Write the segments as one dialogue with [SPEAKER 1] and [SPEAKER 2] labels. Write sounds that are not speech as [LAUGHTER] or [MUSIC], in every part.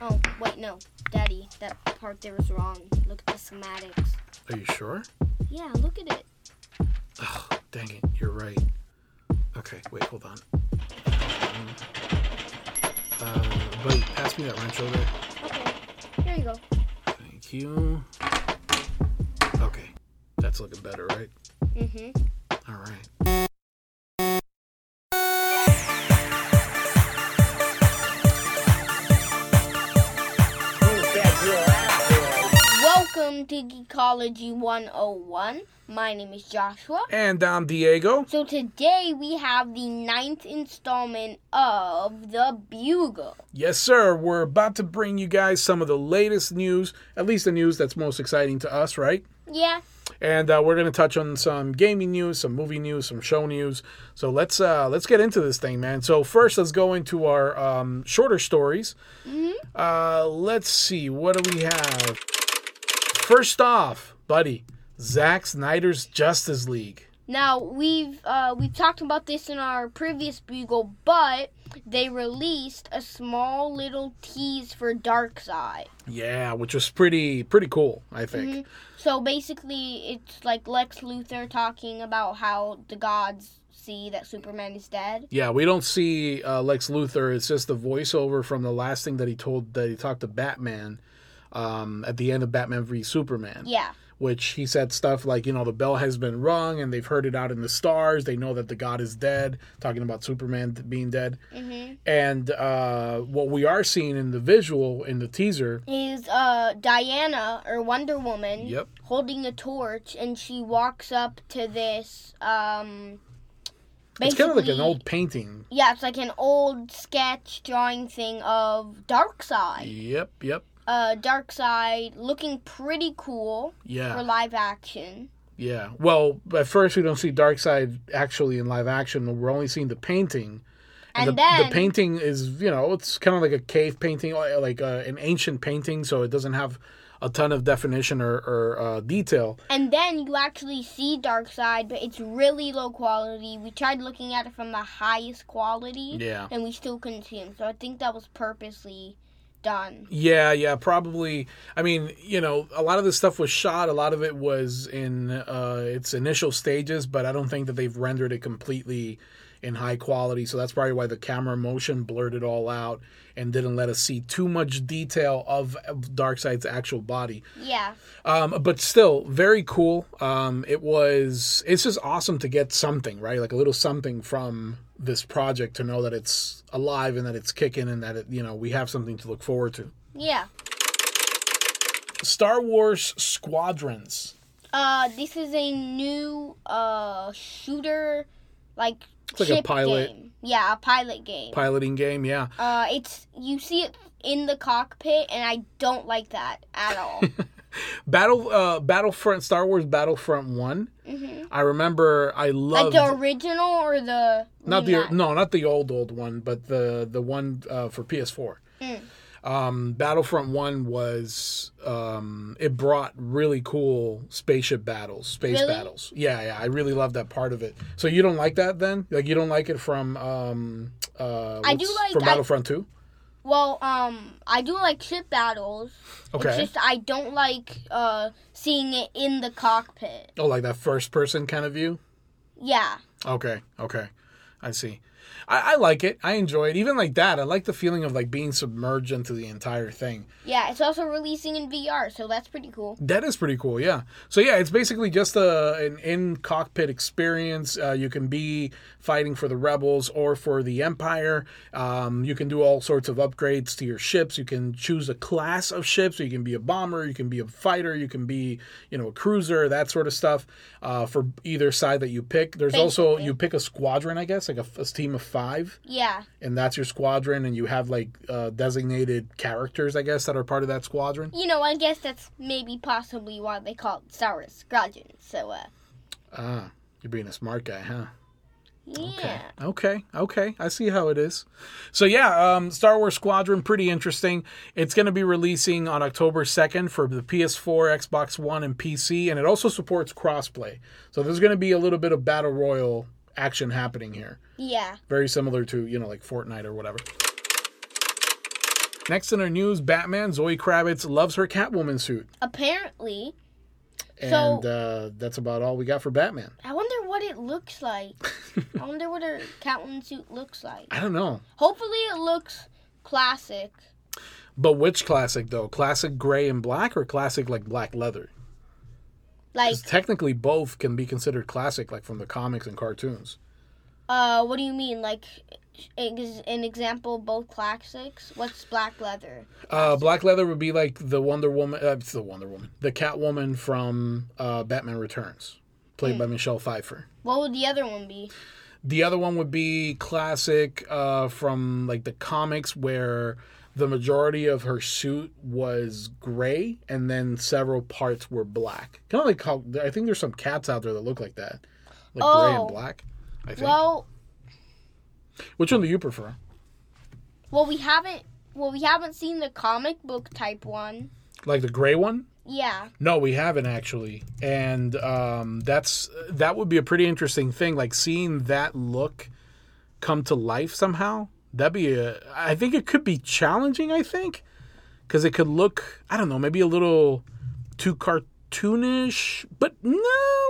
[SPEAKER 1] Oh, wait, no. Daddy, that part there was wrong. Look at the schematics.
[SPEAKER 2] Are you sure?
[SPEAKER 1] Yeah, look at it.
[SPEAKER 2] Oh, dang it, you're right. Okay, wait, hold on. Um, uh, buddy, pass me that wrench over.
[SPEAKER 1] Okay, there you go.
[SPEAKER 2] Thank you. Okay, that's looking better, right?
[SPEAKER 1] Mm-hmm.
[SPEAKER 2] All right.
[SPEAKER 1] Welcome to Geekology 101. My name is Joshua.
[SPEAKER 2] And I'm Diego.
[SPEAKER 1] So today we have the ninth installment of The Bugle.
[SPEAKER 2] Yes, sir. We're about to bring you guys some of the latest news, at least the news that's most exciting to us, right?
[SPEAKER 1] Yeah,
[SPEAKER 2] And uh, we're going to touch on some gaming news, some movie news, some show news. So let's uh, let's get into this thing, man. So first, let's go into our um, shorter stories. Uh, let's see what do we have. First off, buddy, Zack Snyder's Justice League.
[SPEAKER 1] Now we've uh, we've talked about this in our previous Bugle, but they released a small little tease for Darkseid.
[SPEAKER 2] Yeah, which was pretty pretty cool, I think.
[SPEAKER 1] So basically, it's like Lex Luthor talking about how the gods see that Superman is dead.
[SPEAKER 2] Yeah, we don't see uh, Lex Luthor. It's just the voiceover from the last thing that he told that he talked to Batman um, at the end of Batman v Superman,
[SPEAKER 1] Yeah,
[SPEAKER 2] which he said stuff like, you know, the bell has been rung and they've heard it out in the stars. They know that the god is dead, talking about Superman being dead.
[SPEAKER 1] Mhm.
[SPEAKER 2] And uh, what we are seeing in the visual in the teaser,
[SPEAKER 1] is uh, Diana or Wonder Woman
[SPEAKER 2] Yep.
[SPEAKER 1] holding a torch, and she walks up to this. Um,
[SPEAKER 2] it's kind of like an
[SPEAKER 1] basically-
[SPEAKER 2] old painting.
[SPEAKER 1] Yeah, it's like an old sketch drawing thing of Darkseid.
[SPEAKER 2] Yep, yep,
[SPEAKER 1] uh, Dark Side looking pretty cool
[SPEAKER 2] yeah.
[SPEAKER 1] for live action.
[SPEAKER 2] Yeah. Well, at first we don't see Darkseid actually in live action. We're only seeing the painting.
[SPEAKER 1] And
[SPEAKER 2] the,
[SPEAKER 1] then-
[SPEAKER 2] the painting is, you know, it's kind of like a cave painting, li- like uh, an ancient painting, so it doesn't have a ton of definition or, or uh, detail.
[SPEAKER 1] And then you actually see Dark Side, but it's really low quality. We tried looking at it from the highest quality,
[SPEAKER 2] Yeah.
[SPEAKER 1] and we still couldn't see him. So I think that was purposely done.
[SPEAKER 2] Yeah, yeah, probably. I mean, you know, a lot of this stuff was shot. A lot of it was in uh, its initial stages, but I don't think that they've rendered it completely in high quality. So that's probably why the camera motion blurred it all out and didn't let us see too much detail of of Darkseid's actual body.
[SPEAKER 1] Yeah,
[SPEAKER 2] Um, but still, very cool. Um, it was. It's just awesome to get something right, like a little something from this project to know that it's alive and that it's kicking and that it, you know we have something to look forward to.
[SPEAKER 1] yeah.
[SPEAKER 2] Star Wars Squadrons.
[SPEAKER 1] Uh, this is a new uh shooter, like
[SPEAKER 2] like a
[SPEAKER 1] ship
[SPEAKER 2] pilot.
[SPEAKER 1] game. Yeah, a pilot game.
[SPEAKER 2] Piloting game, yeah.
[SPEAKER 1] uh, it's you see it in the cockpit, and I don't like that at
[SPEAKER 2] [LAUGHS]
[SPEAKER 1] all.
[SPEAKER 2] Battle, uh, Battlefront, Star Wars Battlefront One.
[SPEAKER 1] Mhm.
[SPEAKER 2] I remember, I
[SPEAKER 1] Like
[SPEAKER 2] loved
[SPEAKER 1] the original or the
[SPEAKER 2] not the
[SPEAKER 1] rematch?
[SPEAKER 2] no, not the old old one, but the the one uh, for PS4.
[SPEAKER 1] Mm.
[SPEAKER 2] Um, Battlefront One was um, it brought really cool spaceship battles, space
[SPEAKER 1] Really?
[SPEAKER 2] battles. Yeah, yeah, I really love that part of it. So you don't like that then? Like you don't like it from um, uh,
[SPEAKER 1] I do
[SPEAKER 2] what's-
[SPEAKER 1] like-
[SPEAKER 2] from
[SPEAKER 1] I-
[SPEAKER 2] Battlefront Two.
[SPEAKER 1] Well, um, I do like ship battles.
[SPEAKER 2] Okay.
[SPEAKER 1] It's just I don't like uh seeing it in the cockpit.
[SPEAKER 2] Oh, like that first person kind of view.
[SPEAKER 1] Yeah.
[SPEAKER 2] Okay, okay, I see. I, I like it. I enjoy it. Even like that, I like the feeling of like being submerged into the entire thing.
[SPEAKER 1] Yeah, it's also releasing in VR, so that's pretty cool.
[SPEAKER 2] That is pretty cool. Yeah. So yeah, it's basically just a an in cockpit experience. Uh, you can be fighting for the rebels or for the empire. Um, you can do all sorts of upgrades to your ships. You can choose a class of ships. So you can be a bomber. You can be a fighter. You can be you know a cruiser. That sort of stuff. Uh, for either side that you pick. There's also
[SPEAKER 1] Basically.
[SPEAKER 2] you pick a squadron, I guess, like a, a team of five
[SPEAKER 1] Yeah.
[SPEAKER 2] and that's your squadron and you have like uh, designated characters i guess that are part of that squadron
[SPEAKER 1] You know, I guess that's maybe possibly why they call it Star Wars Squadron. So, uh,
[SPEAKER 2] ah you're being a smart guy huh
[SPEAKER 1] yeah.
[SPEAKER 2] okay okay i see how it is so yeah um, star wars squadron pretty interesting it's going to be releasing on october 2nd for the ps4 xbox one and pc and it also supports crossplay so there's going to be a little bit of battle royal action happening here
[SPEAKER 1] Yeah.
[SPEAKER 2] very similar to you know like Fortnite or whatever. Next in our news, Batman Zoe Kravitz loves her Catwoman suit,
[SPEAKER 1] Apparently, So-
[SPEAKER 2] and uh, that's about all we got for Batman.
[SPEAKER 1] I wonder what it looks
[SPEAKER 2] [LAUGHS]
[SPEAKER 1] like. I wonder what her Catwoman suit looks like.
[SPEAKER 2] I don't know,
[SPEAKER 1] Hopefully, it looks classic.
[SPEAKER 2] but which classic though? Classic gray and black, or classic like black leather?
[SPEAKER 1] Like,
[SPEAKER 2] 'Cause technically, both can be considered classic, like from the comics and cartoons.
[SPEAKER 1] uh, what do you mean? Like, ex- an example, of both classics. What's black leather?
[SPEAKER 2] Uh, black leather would be like the Wonder Woman, uh, it's the Wonder Woman, the Catwoman from uh, Batman Returns, played by Michelle Pfeiffer.
[SPEAKER 1] What would the other one be?
[SPEAKER 2] The other one would be classic uh, from like the comics where the majority of her suit was gray and then several parts were black. Kind of like how I think there's some cats out there that look like that, like gray
[SPEAKER 1] Oh.
[SPEAKER 2] and black. I think.
[SPEAKER 1] Well,
[SPEAKER 2] Which one do you prefer?
[SPEAKER 1] well, we haven't. Well, we haven't seen the comic book type one.
[SPEAKER 2] Like the gray one?
[SPEAKER 1] Yeah.
[SPEAKER 2] No, we haven't actually, and um, that's that would be a pretty interesting thing. Like seeing that look come to life somehow. That'd be a. I think it could be challenging. I think because it could look. I don't know. Maybe a little too cartoonish, but no.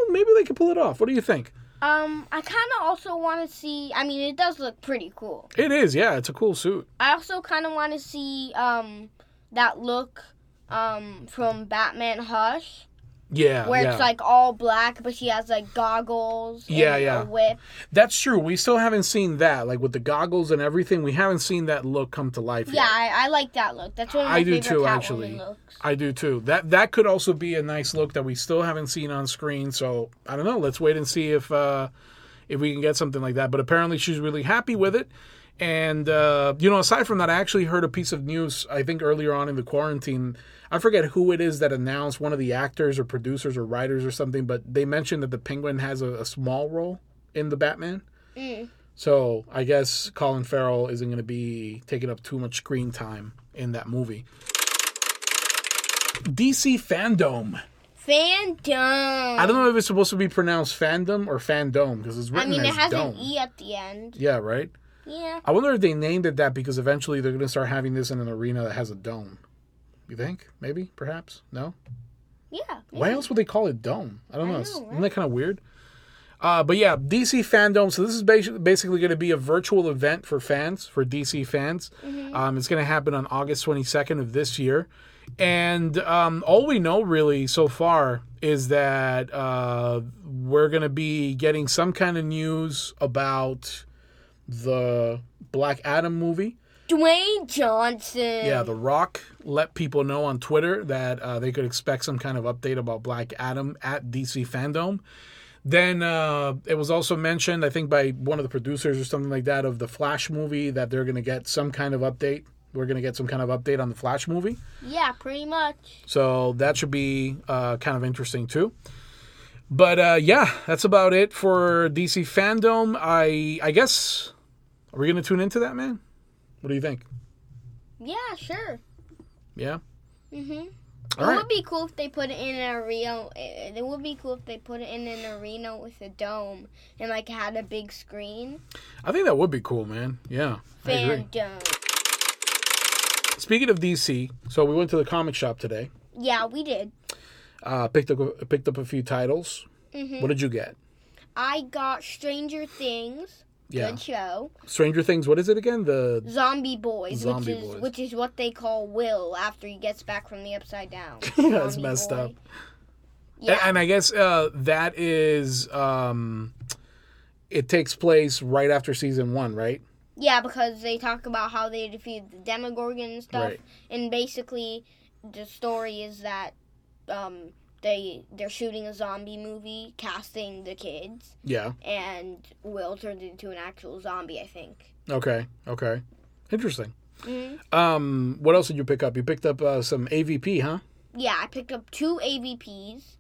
[SPEAKER 2] Maybe they could pull it off. What do you think?
[SPEAKER 1] Um, I kind of also want to see. I mean, it does look pretty cool.
[SPEAKER 2] It is. Yeah, it's a cool suit.
[SPEAKER 1] I also kind of want to see um that look um from Batman Hush
[SPEAKER 2] Yeah.
[SPEAKER 1] where
[SPEAKER 2] yeah.
[SPEAKER 1] it's like all black but she has like goggles and
[SPEAKER 2] Yeah, yeah.
[SPEAKER 1] a whip.
[SPEAKER 2] That's true. We still haven't seen that. Like with the goggles and everything, we haven't seen that look come to life.
[SPEAKER 1] Yeah,
[SPEAKER 2] yet.
[SPEAKER 1] I, I like that look. That's one of my
[SPEAKER 2] I do
[SPEAKER 1] favorite
[SPEAKER 2] too,
[SPEAKER 1] Catwoman
[SPEAKER 2] actually.
[SPEAKER 1] looks.
[SPEAKER 2] I do too. That that could also be a nice look that we still haven't seen on screen. So I don't know. Let's wait and see if uh, if we can get something like that. But apparently she's really happy with it. And uh, you know, aside from that, I actually heard a piece of news. I think earlier on in the quarantine, I forget who it is that announced one of the actors or producers or writers or something, but they mentioned that the Penguin has a, a small role in the Batman. So I guess Colin Farrell isn't going to be taking up too much screen time in that movie. DC fandom.
[SPEAKER 1] Fandom.
[SPEAKER 2] I don't know if it's supposed to be pronounced fandom or fandom because it's
[SPEAKER 1] I
[SPEAKER 2] written
[SPEAKER 1] mean, it
[SPEAKER 2] as
[SPEAKER 1] has
[SPEAKER 2] dome.
[SPEAKER 1] an E at the end.
[SPEAKER 2] Yeah, right.
[SPEAKER 1] Yeah.
[SPEAKER 2] I wonder if they named it that because eventually they're going to start having this in an arena that has a dome. You think? Maybe? Perhaps? No.
[SPEAKER 1] Yeah.
[SPEAKER 2] Why else would they call it dome? I don't know. It's-
[SPEAKER 1] know,
[SPEAKER 2] Isn't that kind of weird? Uh, but yeah, DC fandom. So this is basi- basically going to be a virtual event for fans, for DC fans. Um, it's going to happen on August 22nd of this year. And um, all we know really so far is that uh, we're going to be getting some kind of news about the Black Adam movie.
[SPEAKER 1] Dwayne Johnson.
[SPEAKER 2] Yeah, The Rock let people know on Twitter that uh, they could expect some kind of update about Black Adam at DC Fandom. Then uh, it was also mentioned, I think, by one of the producers or something like that, of the Flash movie that they're going to get some kind of update. We're going to get some kind of update on the Flash movie.
[SPEAKER 1] Yeah, pretty much.
[SPEAKER 2] So that should be uh, kind of interesting too. But uh, yeah, that's about it for DC Fandom. I I guess are we going to tune into that, man? What do you think?
[SPEAKER 1] Yeah, sure.
[SPEAKER 2] Yeah.
[SPEAKER 1] Mhm.
[SPEAKER 2] All
[SPEAKER 1] it
[SPEAKER 2] right.
[SPEAKER 1] would be cool if they put it in an arena. It it would be cool if they put it in an arena with a dome and like had a big screen.
[SPEAKER 2] I think that would be cool, man. Yeah. I agree.
[SPEAKER 1] Fan dome.
[SPEAKER 2] Speaking of DC, so we went to the comic shop today.
[SPEAKER 1] Yeah, we did.
[SPEAKER 2] Uh, picked up picked up a few titles.
[SPEAKER 1] Mhm.
[SPEAKER 2] What did you get?
[SPEAKER 1] I got Stranger Things.
[SPEAKER 2] Yeah.
[SPEAKER 1] Good show.
[SPEAKER 2] Stranger Things. What is it again? The
[SPEAKER 1] Zombie Boys,
[SPEAKER 2] Zombie
[SPEAKER 1] which is
[SPEAKER 2] Boys.
[SPEAKER 1] which is what they call Will after he gets back from the upside
[SPEAKER 2] [LAUGHS]
[SPEAKER 1] down.
[SPEAKER 2] Yeah, it's
[SPEAKER 1] Zombie
[SPEAKER 2] messed
[SPEAKER 1] Boy.
[SPEAKER 2] up.
[SPEAKER 1] Yeah.
[SPEAKER 2] and I guess uh, that is um, it takes place right after season one, right?
[SPEAKER 1] Yeah, because they talk about how they defeated the Demogorgon and stuff,
[SPEAKER 2] Right.
[SPEAKER 1] and basically, the story is that um, they they're shooting a zombie movie, casting the kids,
[SPEAKER 2] Yeah.
[SPEAKER 1] and Will turned into an actual zombie. I think.
[SPEAKER 2] Okay. Okay. Interesting.
[SPEAKER 1] hmm
[SPEAKER 2] Um, what else did you pick up? You picked up uh, some AVP, huh?
[SPEAKER 1] Yeah, I picked up two AVPs.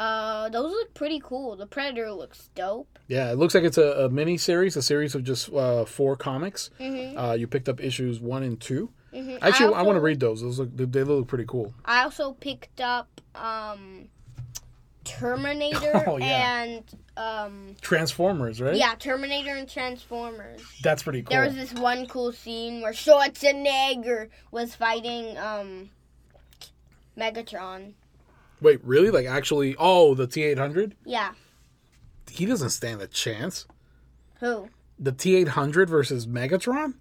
[SPEAKER 1] Uh, those look pretty cool. The Predator looks dope.
[SPEAKER 2] Yeah, it looks like it's a, a mini series, a series of just uh, four comics.
[SPEAKER 1] hmm
[SPEAKER 2] Uh, you picked up issues one and two.
[SPEAKER 1] hmm
[SPEAKER 2] Actually, I,
[SPEAKER 1] also,
[SPEAKER 2] want to read those. Those look they look pretty cool. [LAUGHS]
[SPEAKER 1] I also picked up um, Terminator
[SPEAKER 2] Oh, yeah.
[SPEAKER 1] and um
[SPEAKER 2] Transformers, right?
[SPEAKER 1] yeah, Terminator and Transformers.
[SPEAKER 2] That's pretty cool.
[SPEAKER 1] There was this one cool scene where Schwarzenegger was fighting um Megatron.
[SPEAKER 2] Wait, really? Like actually? Oh, the T eight hundred.
[SPEAKER 1] Yeah.
[SPEAKER 2] He doesn't stand a chance.
[SPEAKER 1] Who?
[SPEAKER 2] The T eight hundred versus Megatron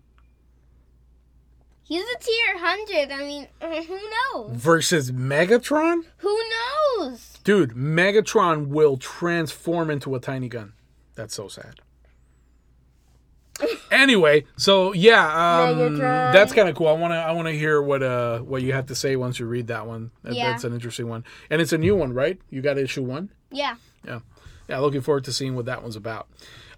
[SPEAKER 1] He's a tier 100. I mean, [LAUGHS] uh, who knows?
[SPEAKER 2] versus Megatron,
[SPEAKER 1] Who knows?
[SPEAKER 2] dude. Megatron will transform into a tiny gun. That's
[SPEAKER 1] [LAUGHS]
[SPEAKER 2] so sad. Anyway, so yeah, um,
[SPEAKER 1] Megatron.
[SPEAKER 2] that's kind of cool. I wanna I wanna hear what uh what you have to say once you read that one. That-
[SPEAKER 1] Yeah.
[SPEAKER 2] That's an interesting one, and it's a new one, right? You got issue one.
[SPEAKER 1] Yeah.
[SPEAKER 2] Yeah. Yeah, looking forward to seeing what that one's about.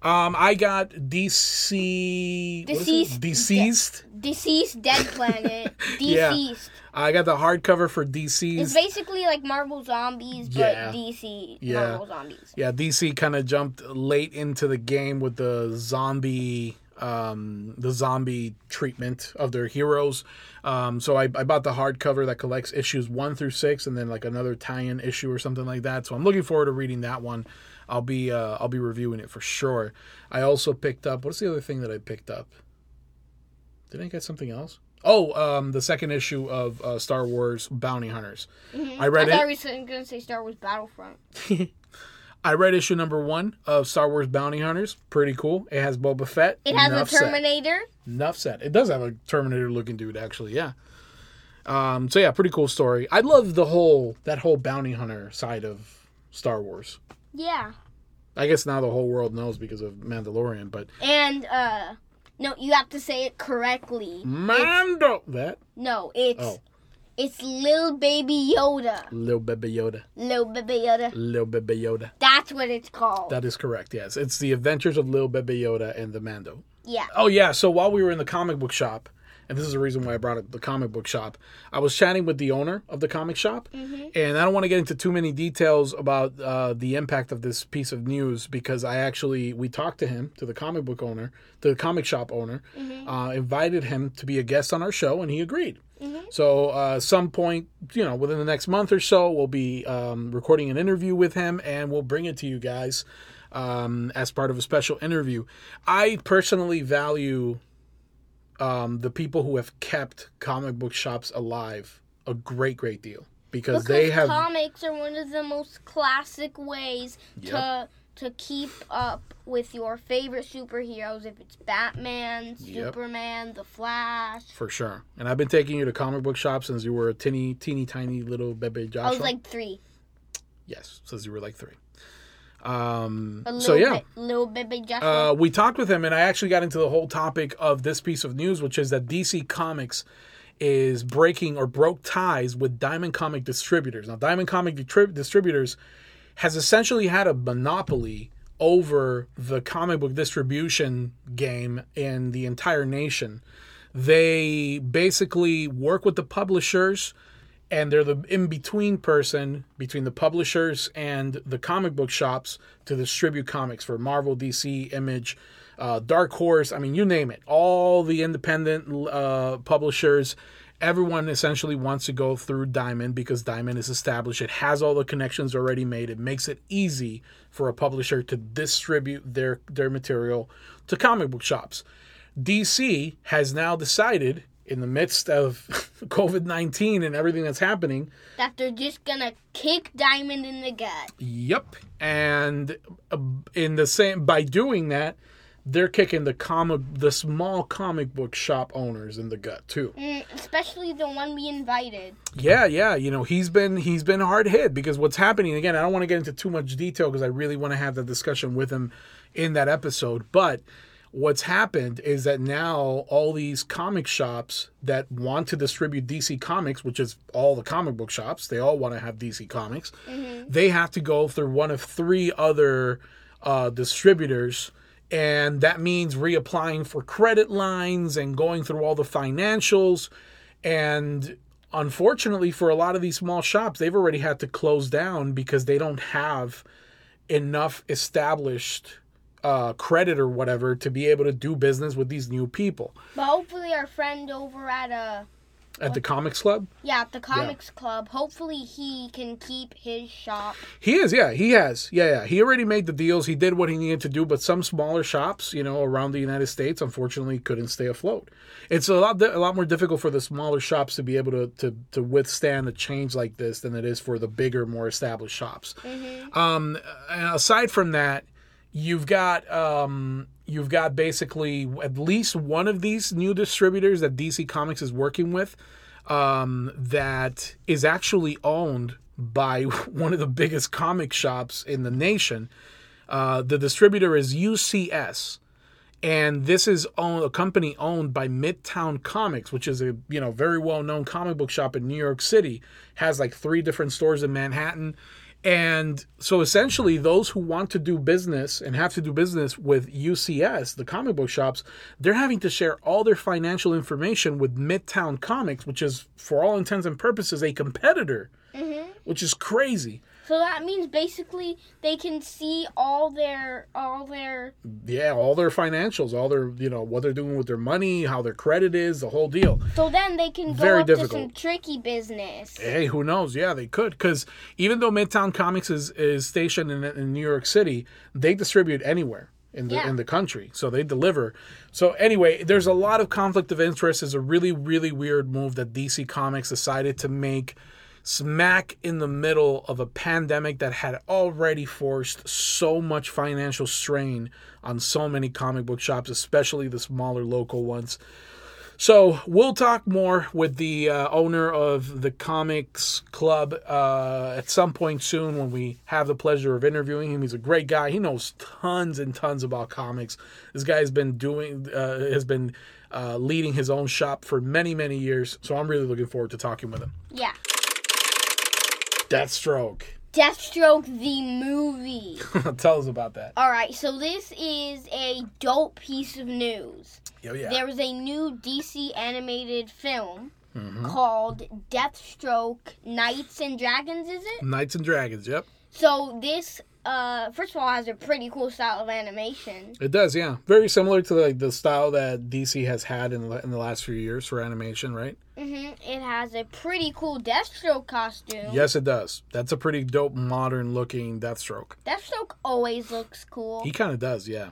[SPEAKER 2] Um, I got DC what is
[SPEAKER 1] Deceased.
[SPEAKER 2] it? Deceased.
[SPEAKER 1] Deceased
[SPEAKER 2] [LAUGHS]
[SPEAKER 1] Dead Planet.
[SPEAKER 2] Yeah.
[SPEAKER 1] Deceased.
[SPEAKER 2] I got the hardcover for
[SPEAKER 1] It's
[SPEAKER 2] DC's.
[SPEAKER 1] basically like Marvel Zombies,
[SPEAKER 2] Yeah.
[SPEAKER 1] but DC
[SPEAKER 2] Yeah.
[SPEAKER 1] Marvel Zombies.
[SPEAKER 2] Yeah, DC kind of jumped late into the game with the zombie um the zombie treatment of their heroes um so I, I bought the hardcover that collects issues one through six and then like another tie-in issue or something like that so i'm looking forward to reading that one i'll be uh i'll be reviewing it for sure i also picked up what's the other thing that i picked up did i get something else oh um the second issue of uh star wars bounty hunters i read
[SPEAKER 1] Mm-hmm. I
[SPEAKER 2] it
[SPEAKER 1] thought we were going to say Star Wars Battlefront.
[SPEAKER 2] I read issue number one of Star Wars Bounty Hunters. Pretty cool. It has Boba Fett.
[SPEAKER 1] It has
[SPEAKER 2] Enough
[SPEAKER 1] a Terminator.
[SPEAKER 2] Said. Enough said. It does have a Terminator looking dude, actually. Yeah. Um, so yeah, pretty cool story. I love the whole that whole bounty hunter side of Star Wars.
[SPEAKER 1] Yeah.
[SPEAKER 2] I guess now the whole world knows because of Mandalorian, but
[SPEAKER 1] And uh no, you have to say it correctly.
[SPEAKER 2] Mando that
[SPEAKER 1] No, it's
[SPEAKER 2] Hmm? Oh.
[SPEAKER 1] it's Lil Baby Yoda.
[SPEAKER 2] little baby Yoda,
[SPEAKER 1] Lil Baby Yoda.
[SPEAKER 2] little baby Yoda.
[SPEAKER 1] That's what it's called.
[SPEAKER 2] That is correct. Yes, it's the Adventures of Little Baby Yoda and the Mando.
[SPEAKER 1] yeah.
[SPEAKER 2] Oh yeah, so while we were in the comic book shop, and this is the reason why I brought up the comic book shop, I was chatting with the owner of the comic shop, and I don't want to get into too many details about uh, the impact of this piece of news because I actually we talked to him, to the comic book owner, to the comic shop owner, uh, invited him to be a guest on our show, and he agreed. So, uh, some point, you know, within the next month or so, we'll be um, recording an interview with him, and we'll bring it to you guys um, as part of a special interview. I personally value um, the people who have kept comic book shops alive a great, great deal because,
[SPEAKER 1] Because
[SPEAKER 2] they have.
[SPEAKER 1] comics are one of the most classic ways to
[SPEAKER 2] Yep.
[SPEAKER 1] to keep up with your favorite superheroes if it's Batman,
[SPEAKER 2] Yep.
[SPEAKER 1] Superman, The Flash.
[SPEAKER 2] for sure, and I've been taking you to comic book shops since you were a teeny, teeny, tiny little baby Joshua.
[SPEAKER 1] I was like 3.
[SPEAKER 2] yes, since you were like three. Um,
[SPEAKER 1] A little
[SPEAKER 2] so yeah,
[SPEAKER 1] bit, little baby Joshua.
[SPEAKER 2] uh, we talked with him, and I actually got into the whole topic of this piece of news, which is that DC Comics is breaking or broke ties with Diamond Comic Distributors. Now, Diamond Comic Distrib- Distributors has essentially had a monopoly over the comic book distribution game in the entire nation. They basically work with the publishers and they're the in between person between the publishers and the comic book shops to distribute comics for Marvel, DC, Image, uh, Dark Horse. I mean, you name it. All the independent uh, publishers, everyone essentially wants to go through Diamond because Diamond is established. It has all the connections already made. It makes it easy for a publisher to distribute their their material to comic book shops. DC has now decided, in the midst of [LAUGHS] COVID 19 and everything that's happening,
[SPEAKER 1] that they're just gonna kick Diamond in the gut.
[SPEAKER 2] yep. And uh, in the same, by doing that, they're kicking the comic, the small comic book shop owners in the gut too.
[SPEAKER 1] Mm, especially the one we invited.
[SPEAKER 2] Yeah, yeah. You know, he's been he's been hard hit because what's happening again. I don't want to get into too much detail because I really want to have that discussion with him in that episode. But what's happened is that now all these comic shops that want to distribute DC Comics, which is all the comic book shops, they all want to have DC Comics. They have to go through one of three other uh, distributors and that means reapplying for credit lines and going through all the financials and unfortunately for a lot of these small shops they've already had to close down because they don't have enough established uh, credit or whatever to be able to do business with these new people
[SPEAKER 1] But hopefully, our friend over at uh,
[SPEAKER 2] at the comics club.
[SPEAKER 1] Yeah, at the comics club. Hopefully, he can keep his shop.
[SPEAKER 2] He is, yeah, he has, yeah, yeah. He already made the deals. He did what he needed to do, but some smaller shops, you know, around the United States, unfortunately, couldn't stay afloat. It's a lot, di- a lot more difficult for the smaller shops to be able to to, to withstand a change like this than it is for the bigger, more established shops. Um, and aside from that, you've got um, you've got basically at least one of these new distributors that DC Comics is working with um, that is actually owned by [LAUGHS] one of the biggest comic shops in the nation. Uh, the distributor is UCS, and this is own, a company owned by Midtown Comics, which is a you know very well known comic book shop in New York City. Has like three different stores in Manhattan. And so essentially, those who want to do business and have to do business with UCS, the comic book shops, they're having to share all their financial information with Midtown Comics, which is, for all intents and purposes, a competitor, which is crazy.
[SPEAKER 1] So that means basically they can see all their all their
[SPEAKER 2] Yeah, all their financials, all their, you know, what they're doing with their money, how their credit is, the whole deal.
[SPEAKER 1] So then they can go
[SPEAKER 2] Very
[SPEAKER 1] up to some
[SPEAKER 2] difficult.
[SPEAKER 1] tricky business.
[SPEAKER 2] Hey, who knows? Yeah, they could. Because even though Midtown Comics is, is stationed in, in New York City, they distribute anywhere in the
[SPEAKER 1] Yeah.
[SPEAKER 2] in the country, so they deliver. So anyway, there's a lot of conflict of interest. Is a really really weird move that DC Comics decided to make. Smack in the middle of a pandemic that had already forced so much financial strain on so many comic book shops, especially the smaller local ones. So we'll talk more with the uh, owner of the Comics Club uh, at some point soon when we have the pleasure of interviewing him. He's a great guy. He knows tons and tons about comics. This guy has been doing uh, has been uh, leading his own shop for many many years. So I'm really looking forward to talking with him.
[SPEAKER 1] Yeah.
[SPEAKER 2] Deathstroke, [LAUGHS]
[SPEAKER 1] Deathstroke the movie.
[SPEAKER 2] tell us about that.
[SPEAKER 1] All right, so this is a dope piece of news.
[SPEAKER 2] Oh yeah,
[SPEAKER 1] There is a new DC animated film
[SPEAKER 2] Mm-hmm.
[SPEAKER 1] called Deathstroke Knights and Dragons, is it?
[SPEAKER 2] Knights and Dragons. Yep,
[SPEAKER 1] So this uh first of all has a pretty cool style of animation.
[SPEAKER 2] it does. Yeah, very similar to like the style that DC has had in the, in the last few years for animation, right?
[SPEAKER 1] Mhm. It has a pretty cool Deathstroke costume.
[SPEAKER 2] Yes, it does. That's a pretty dope, modern looking Deathstroke.
[SPEAKER 1] Deathstroke always looks cool.
[SPEAKER 2] He kind of does, yeah.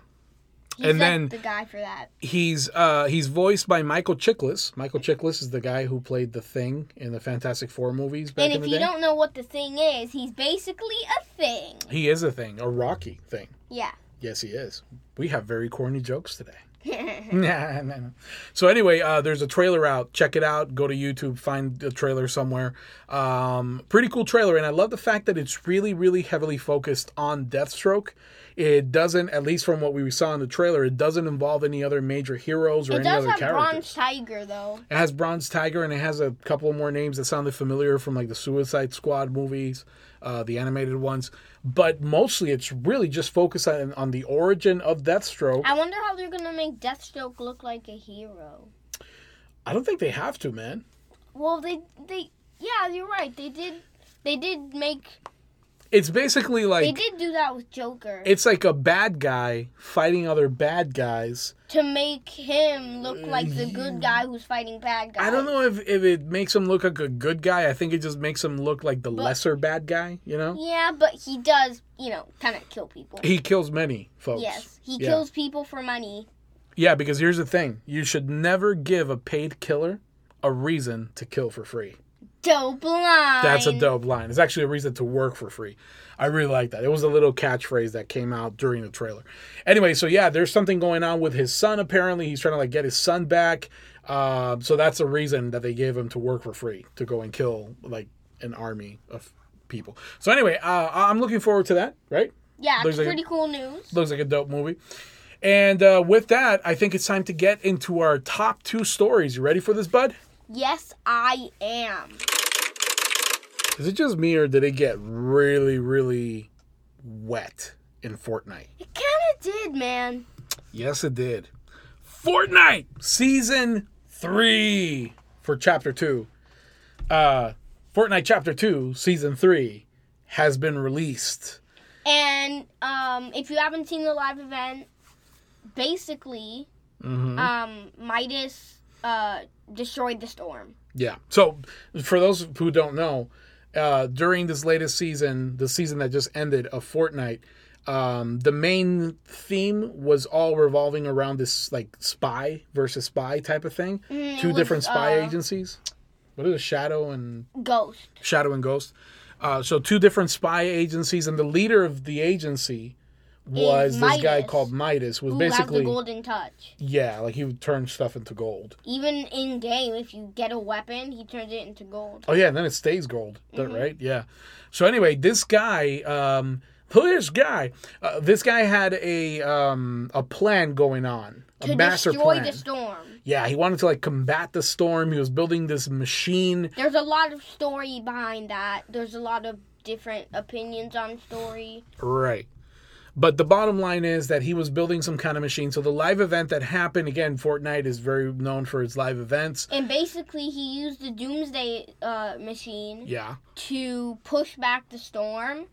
[SPEAKER 1] He's
[SPEAKER 2] and
[SPEAKER 1] like
[SPEAKER 2] then-
[SPEAKER 1] the guy for that.
[SPEAKER 2] He's uh he's voiced by Michael Chiklis. Michael Chiklis is the guy who played the Thing in the Fantastic Four movies back
[SPEAKER 1] And
[SPEAKER 2] in
[SPEAKER 1] if
[SPEAKER 2] the
[SPEAKER 1] you
[SPEAKER 2] day.
[SPEAKER 1] don't know what the thing is, he's basically a thing.
[SPEAKER 2] He is a Thing, a Rocky Thing.
[SPEAKER 1] Yeah. [LAUGHS]
[SPEAKER 2] Yes, he is. We have very corny jokes today. [LAUGHS] nah, nah, nah. So anyway, uh, there's a trailer out. Check it out. Go to YouTube, find the trailer somewhere. Um, pretty cool trailer, and I love the fact that it's really, really heavily focused on Deathstroke. It doesn't, at least from what we saw in the trailer, it doesn't involve any other major heroes or
[SPEAKER 1] It
[SPEAKER 2] any
[SPEAKER 1] does
[SPEAKER 2] other
[SPEAKER 1] have Bronze
[SPEAKER 2] characters.
[SPEAKER 1] Tiger though.
[SPEAKER 2] It has Bronze Tiger and it has a couple more names that sounded familiar from like the Suicide Squad movies, uh, the animated ones. But mostly it's really just focused on, on the origin of Deathstroke.
[SPEAKER 1] I wonder how they're gonna make Deathstroke look like a hero.
[SPEAKER 2] I don't think they have to, man.
[SPEAKER 1] Well, they they yeah, you're right. They did they did make
[SPEAKER 2] It's basically
[SPEAKER 1] they
[SPEAKER 2] like
[SPEAKER 1] did do that with Joker
[SPEAKER 2] it's like a bad guy fighting other bad guys.
[SPEAKER 1] to make him look like the good guy who's fighting bad guys.
[SPEAKER 2] Mm. I don't know if, if it makes him look like a good guy. I think it just makes him look like the lesser bad guy, you know?
[SPEAKER 1] Yeah, but he does, you know, kind of kill people.
[SPEAKER 2] He kills many folks.
[SPEAKER 1] Yes, he
[SPEAKER 2] Yeah.
[SPEAKER 1] kills people for money.
[SPEAKER 2] Yeah, because here's the thing you should never give a paid killer a reason to kill for free.
[SPEAKER 1] Dope line.
[SPEAKER 2] That's a dope line. It's actually a reason to work for free. I really like that. It was a little catchphrase that came out during the trailer. Anyway, so yeah, there's something going on with his son. Apparently, he's trying to like get his son back. Uh, so that's a reason that they gave him to work for free to go and kill like an army of people. So anyway, uh, I- I'm looking forward to that. Right?
[SPEAKER 1] Yeah,
[SPEAKER 2] Looks
[SPEAKER 1] it's
[SPEAKER 2] like a-
[SPEAKER 1] pretty cool news.
[SPEAKER 2] Looks like a dope movie. And uh, with that, I think it's time to get into our top two stories. You ready for this, bud?
[SPEAKER 1] Yes, I am.
[SPEAKER 2] Is it just me or did it get really, really wet in Fortnite?
[SPEAKER 1] It kind of did, man.
[SPEAKER 2] Yes, it did. Fortnite season three for chapter two. Uh, Fortnite chapter two, season three, has been released.
[SPEAKER 1] And um, if you haven't seen the live
[SPEAKER 2] Mm-hmm.
[SPEAKER 1] event, basically, um, Midas uh, destroyed the storm.
[SPEAKER 2] Yeah. So for those who don't know, uh, during this latest season, the season that just ended of Fortnite, um, the main theme was all revolving around this like spy versus spy type of thing.
[SPEAKER 1] Mm, it
[SPEAKER 2] Two
[SPEAKER 1] was,
[SPEAKER 2] different spy
[SPEAKER 1] uh,
[SPEAKER 2] agencies. What is it? Shadow and
[SPEAKER 1] Ghost.
[SPEAKER 2] Shadow and Ghost. Uh, so two different spy agencies, and the leader of the agency was this guy
[SPEAKER 1] Midas,
[SPEAKER 2] called Midas. Was
[SPEAKER 1] Who has the
[SPEAKER 2] basically
[SPEAKER 1] golden touch?
[SPEAKER 2] yeah, like he would turn stuff into gold.
[SPEAKER 1] Even in game, if you get a weapon, he turns it into gold.
[SPEAKER 2] Oh yeah, and then it stays gold, that-
[SPEAKER 1] Mhm.
[SPEAKER 2] right? Yeah. So anyway, this guy, um, who is guy? Uh, this guy had a um, a plan going on, a
[SPEAKER 1] To
[SPEAKER 2] master
[SPEAKER 1] destroy
[SPEAKER 2] plan.
[SPEAKER 1] the storm.
[SPEAKER 2] yeah, he wanted to like combat the storm. He was building this machine.
[SPEAKER 1] There's a lot of story behind that. There's a lot of different opinions on story.
[SPEAKER 2] Right. But the bottom line is that he was building some kind of machine. So the live event that happened again, Fortnite is very known for its live events.
[SPEAKER 1] And basically, he used the Doomsday uh, machine
[SPEAKER 2] Yeah.
[SPEAKER 1] to push back the storm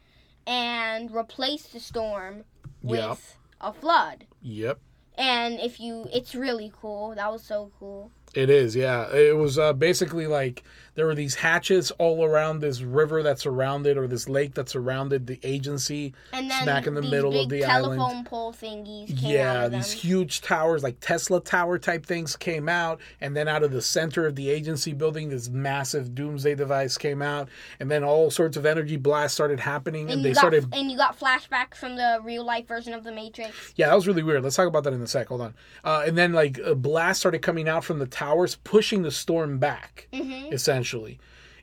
[SPEAKER 1] and replace the storm with
[SPEAKER 2] Yep.
[SPEAKER 1] a flood.
[SPEAKER 2] Yep.
[SPEAKER 1] And if you, it's really cool. That was so cool.
[SPEAKER 2] It is, yeah. It was uh, basically like there were these hatches all around this river that surrounded or this lake that surrounded the agency.
[SPEAKER 1] And then
[SPEAKER 2] Smack in the
[SPEAKER 1] these
[SPEAKER 2] middle
[SPEAKER 1] big
[SPEAKER 2] of the
[SPEAKER 1] telephone
[SPEAKER 2] island.
[SPEAKER 1] pole thingies came out
[SPEAKER 2] Yeah,
[SPEAKER 1] of them.
[SPEAKER 2] these huge towers, like Tesla Tower type things, came out. And then out of the center of the agency building, this massive doomsday device came out. And then all sorts of energy blasts started happening. And,
[SPEAKER 1] and
[SPEAKER 2] they
[SPEAKER 1] you got
[SPEAKER 2] started.
[SPEAKER 1] and you got flashbacks from the real life version of the Matrix.
[SPEAKER 2] Yeah, that was really weird. Let's talk about that in a sec. Hold on. Uh, and then like a blast started coming out from the towers, pushing the storm back,
[SPEAKER 1] Mm-hmm.
[SPEAKER 2] essentially.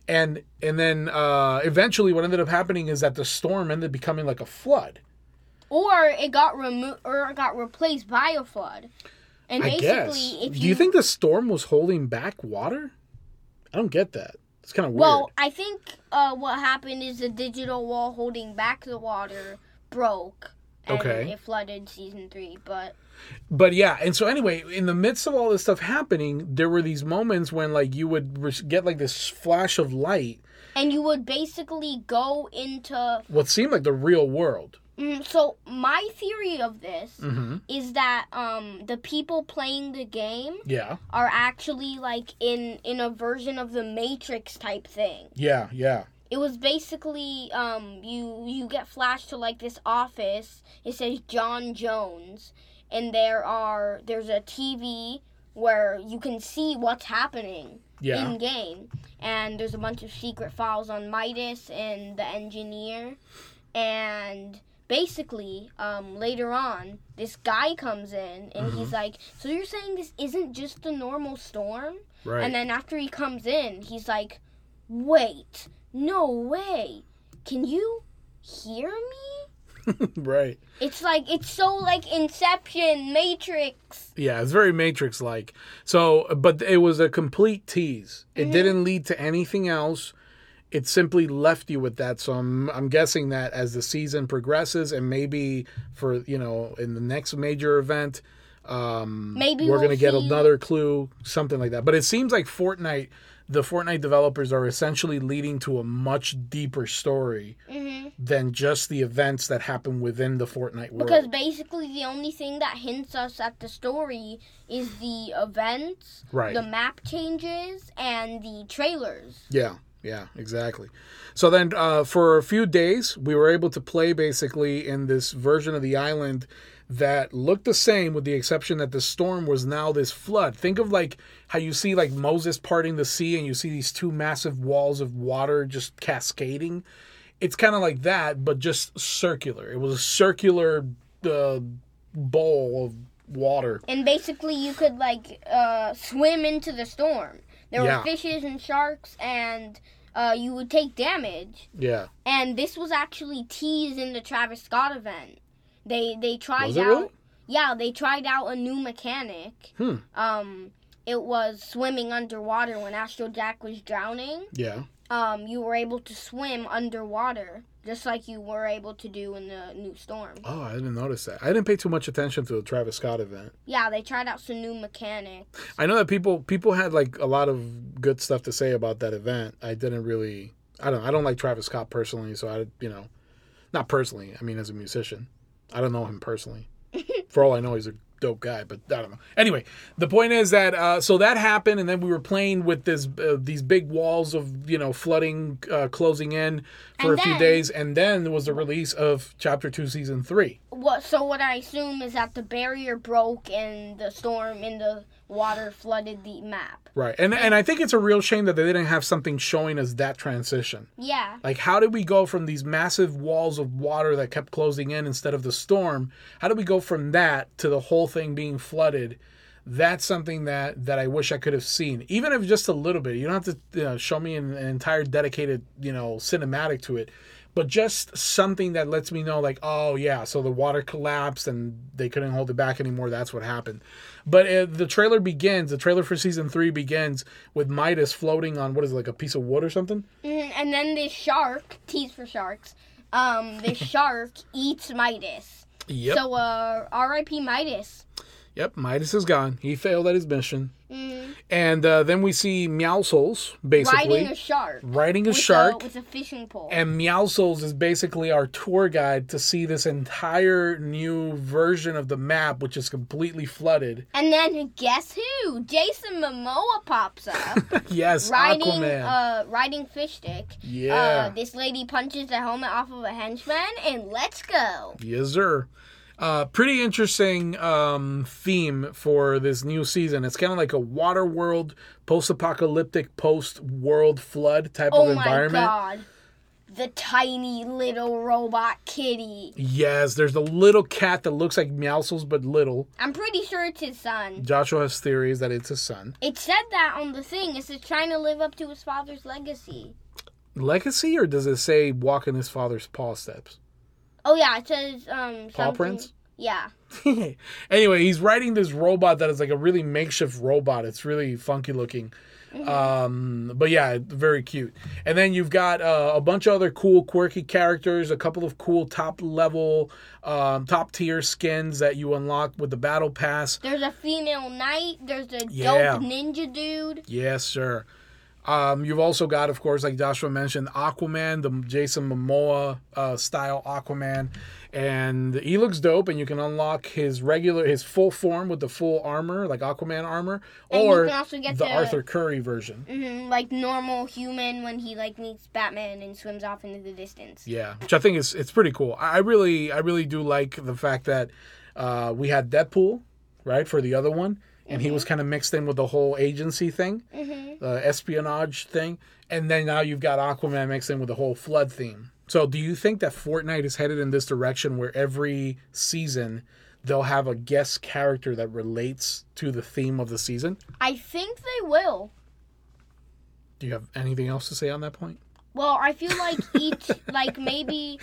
[SPEAKER 2] And and then uh, eventually, what ended up happening is that the storm ended becoming like a flood.
[SPEAKER 1] Or it got removed, or it got replaced by a flood. And
[SPEAKER 2] I
[SPEAKER 1] basically,
[SPEAKER 2] guess.
[SPEAKER 1] if
[SPEAKER 2] Do you think the storm was holding back water? I don't get that. It's kind of weird.
[SPEAKER 1] Well, I think uh, what happened is the digital wall holding back the water broke. And
[SPEAKER 2] Okay.
[SPEAKER 1] It flooded season three, but
[SPEAKER 2] but yeah and so anyway in the midst of all this stuff happening there were these moments when like you would re- get like this flash of light
[SPEAKER 1] and you would basically go into.
[SPEAKER 2] what seemed like the real world
[SPEAKER 1] Mm, so my theory of this
[SPEAKER 2] mm-hmm.
[SPEAKER 1] is that um, the people playing the game
[SPEAKER 2] yeah
[SPEAKER 1] are actually like in in a version of the Matrix type thing.
[SPEAKER 2] yeah yeah
[SPEAKER 1] It was basically um you you get flashed to like this office. It says John Jones and there are there's a TV where you can see what's happening
[SPEAKER 2] yeah
[SPEAKER 1] in game and there's a bunch of secret files on Midas and the engineer and basically um later on this guy comes in and he's like so you're saying this isn't just the normal storm
[SPEAKER 2] right
[SPEAKER 1] and then after he comes in, he's like, "Wait, no way! Can you hear me?"
[SPEAKER 2] [LAUGHS] right
[SPEAKER 1] It's like it's so like Inception, Matrix.
[SPEAKER 2] yeah it's very matrix like so but it was a complete tease it didn't lead to anything else it simply left you with that so I'm, I'm guessing that as the season progresses and maybe for you know in the next major event um
[SPEAKER 1] Maybe
[SPEAKER 2] we're
[SPEAKER 1] we'll
[SPEAKER 2] gonna get
[SPEAKER 1] see-
[SPEAKER 2] another clue something like that but it seems like fortnite the fortnite developers are essentially leading to a much deeper story
[SPEAKER 1] hmm
[SPEAKER 2] than just the events that happen within the fortnite world
[SPEAKER 1] Because basically, the only thing that hints us at the story is the events,
[SPEAKER 2] Right.
[SPEAKER 1] the map changes, and the trailers.
[SPEAKER 2] Yeah, yeah, exactly. So then, uh, for a few days, we were able to play basically in this version of the island that looked the same, with the exception that the storm was now this flood. Think of like how you see like Moses parting the sea, and you see these two massive walls of water just cascading. It's kind of like that, but just circular. It was a circular uh, bowl of water.
[SPEAKER 1] And basically, you could like uh, swim into the storm. There
[SPEAKER 2] Yeah.
[SPEAKER 1] were fishes and sharks, and uh, you would take damage.
[SPEAKER 2] Yeah.
[SPEAKER 1] and this was actually teased in the Travis Scott event. They they tried
[SPEAKER 2] Was it
[SPEAKER 1] out
[SPEAKER 2] really?
[SPEAKER 1] yeah they tried out a new mechanic.
[SPEAKER 2] Hmm.
[SPEAKER 1] Um, it was swimming underwater when Astro Jack was drowning.
[SPEAKER 2] Yeah.
[SPEAKER 1] Um, you were able to swim underwater just like you were able to do in the new storm.
[SPEAKER 2] Oh, I didn't notice that. I didn't pay too much attention to the Travis Scott event.
[SPEAKER 1] Yeah, they tried out some new mechanic.
[SPEAKER 2] I know that people people had like a lot of good stuff to say about that event. I didn't really I don't I don't like Travis Scott personally, so I
[SPEAKER 1] [LAUGHS]
[SPEAKER 2] you know not personally, I mean as a musician. I don't know him personally. For all I know he's a dope guy, but I don't know. Anyway, the point is that uh, so that happened, and then we were playing with this uh, these big walls of you know flooding uh, closing in for
[SPEAKER 1] And
[SPEAKER 2] a few
[SPEAKER 1] then-
[SPEAKER 2] days, and then was the release of Chapter Two, Season Three.
[SPEAKER 1] What? So what I assume is that the barrier broke and the storm and the water flooded the map.
[SPEAKER 2] Right, and and I think it's a real shame that they didn't have something showing us that transition.
[SPEAKER 1] Yeah.
[SPEAKER 2] Like, how did we go from these massive walls of water that kept closing in instead of the storm? How did we go from that to the whole thing being flooded? That's something that that I wish I could have seen, even if just a little bit. You don't have to you know, show me an, an entire dedicated, you know, cinematic to it, but just something that lets me know, like, oh yeah, so the water collapsed and they couldn't hold it back anymore. That's what happened. But uh, the trailer begins. The trailer for season three begins with Midas floating on what is it, like a piece of wood or something.
[SPEAKER 1] Mhm, And then this shark, tease for sharks. Um,
[SPEAKER 2] [LAUGHS]
[SPEAKER 1] this shark eats Midas.
[SPEAKER 2] Yep.
[SPEAKER 1] So uh, R.I.P. Midas.
[SPEAKER 2] Yep, Midas is gone. He failed at his mission.
[SPEAKER 1] Mm,
[SPEAKER 2] And uh, then we see Meowsles, basically,
[SPEAKER 1] riding a
[SPEAKER 2] riding
[SPEAKER 1] shark.
[SPEAKER 2] a,
[SPEAKER 1] with
[SPEAKER 2] shark.
[SPEAKER 1] A, with a fishing pole.
[SPEAKER 2] and Meowsles is basically our tour guide to see this entire new version of the map, which is completely flooded.
[SPEAKER 1] And then guess who? Jason Momoa pops
[SPEAKER 2] [LAUGHS]
[SPEAKER 1] up
[SPEAKER 2] yes,
[SPEAKER 1] riding
[SPEAKER 2] Aquaman.
[SPEAKER 1] uh riding fish stick.
[SPEAKER 2] yeah.
[SPEAKER 1] Uh, this lady punches the helmet off of a henchman, and let's go.
[SPEAKER 2] Yes, sir. Uh, pretty interesting um, theme for this new season. It's kind of like a water world, post apocalyptic, post world flood type
[SPEAKER 1] Oh
[SPEAKER 2] of
[SPEAKER 1] my
[SPEAKER 2] environment.
[SPEAKER 1] god. The tiny little robot kitty.
[SPEAKER 2] Yes, there's the little cat that looks like Meowsles but little.
[SPEAKER 1] I'm pretty sure it's his son.
[SPEAKER 2] Joshua has theories that it's his son.
[SPEAKER 1] It said that on the thing. It's just trying to live up to his father's legacy.
[SPEAKER 2] Legacy, or does it say walk in his father's paw steps? [LAUGHS]
[SPEAKER 1] Oh yeah, it says um
[SPEAKER 2] Paw
[SPEAKER 1] something-
[SPEAKER 2] prints?
[SPEAKER 1] Yeah.
[SPEAKER 2] anyway, he's riding this robot that is like a really makeshift robot. It's really funky looking. Um, but yeah, very cute. And then you've got uh, a bunch of other cool, quirky characters, a couple of cool top level, um, top tier skins that you unlock with the battle pass.
[SPEAKER 1] There's a female knight. There's a
[SPEAKER 2] Yeah.
[SPEAKER 1] dope ninja dude.
[SPEAKER 2] Yes, sir. Um, you've also got, of course, like Joshua mentioned, Aquaman, the Jason Momoa uh, style Aquaman, and he looks dope. And you can unlock his regular, his full form with the full armor, like Aquaman armor,
[SPEAKER 1] And you
[SPEAKER 2] or
[SPEAKER 1] can also get
[SPEAKER 2] the
[SPEAKER 1] the-
[SPEAKER 2] Arthur Curry version.
[SPEAKER 1] hmm like normal human when he like meets Batman and swims off into the distance.
[SPEAKER 2] Yeah, which I think is it's pretty cool. I I really, I really do like the fact that uh, we had Deadpool, right, for the other one, and he was kind of mixed in with the whole agency thing.
[SPEAKER 1] hmm
[SPEAKER 2] uh, espionage thing, and then now you've got Aquaman mixed in with the whole flood theme. So, do you think that Fortnite is headed in this direction where every season they'll have a guest character that relates to the theme of the season?
[SPEAKER 1] I think they will.
[SPEAKER 2] Do you have anything else to say on that point?
[SPEAKER 1] Well, I feel like
[SPEAKER 2] [LAUGHS]
[SPEAKER 1] each, like maybe,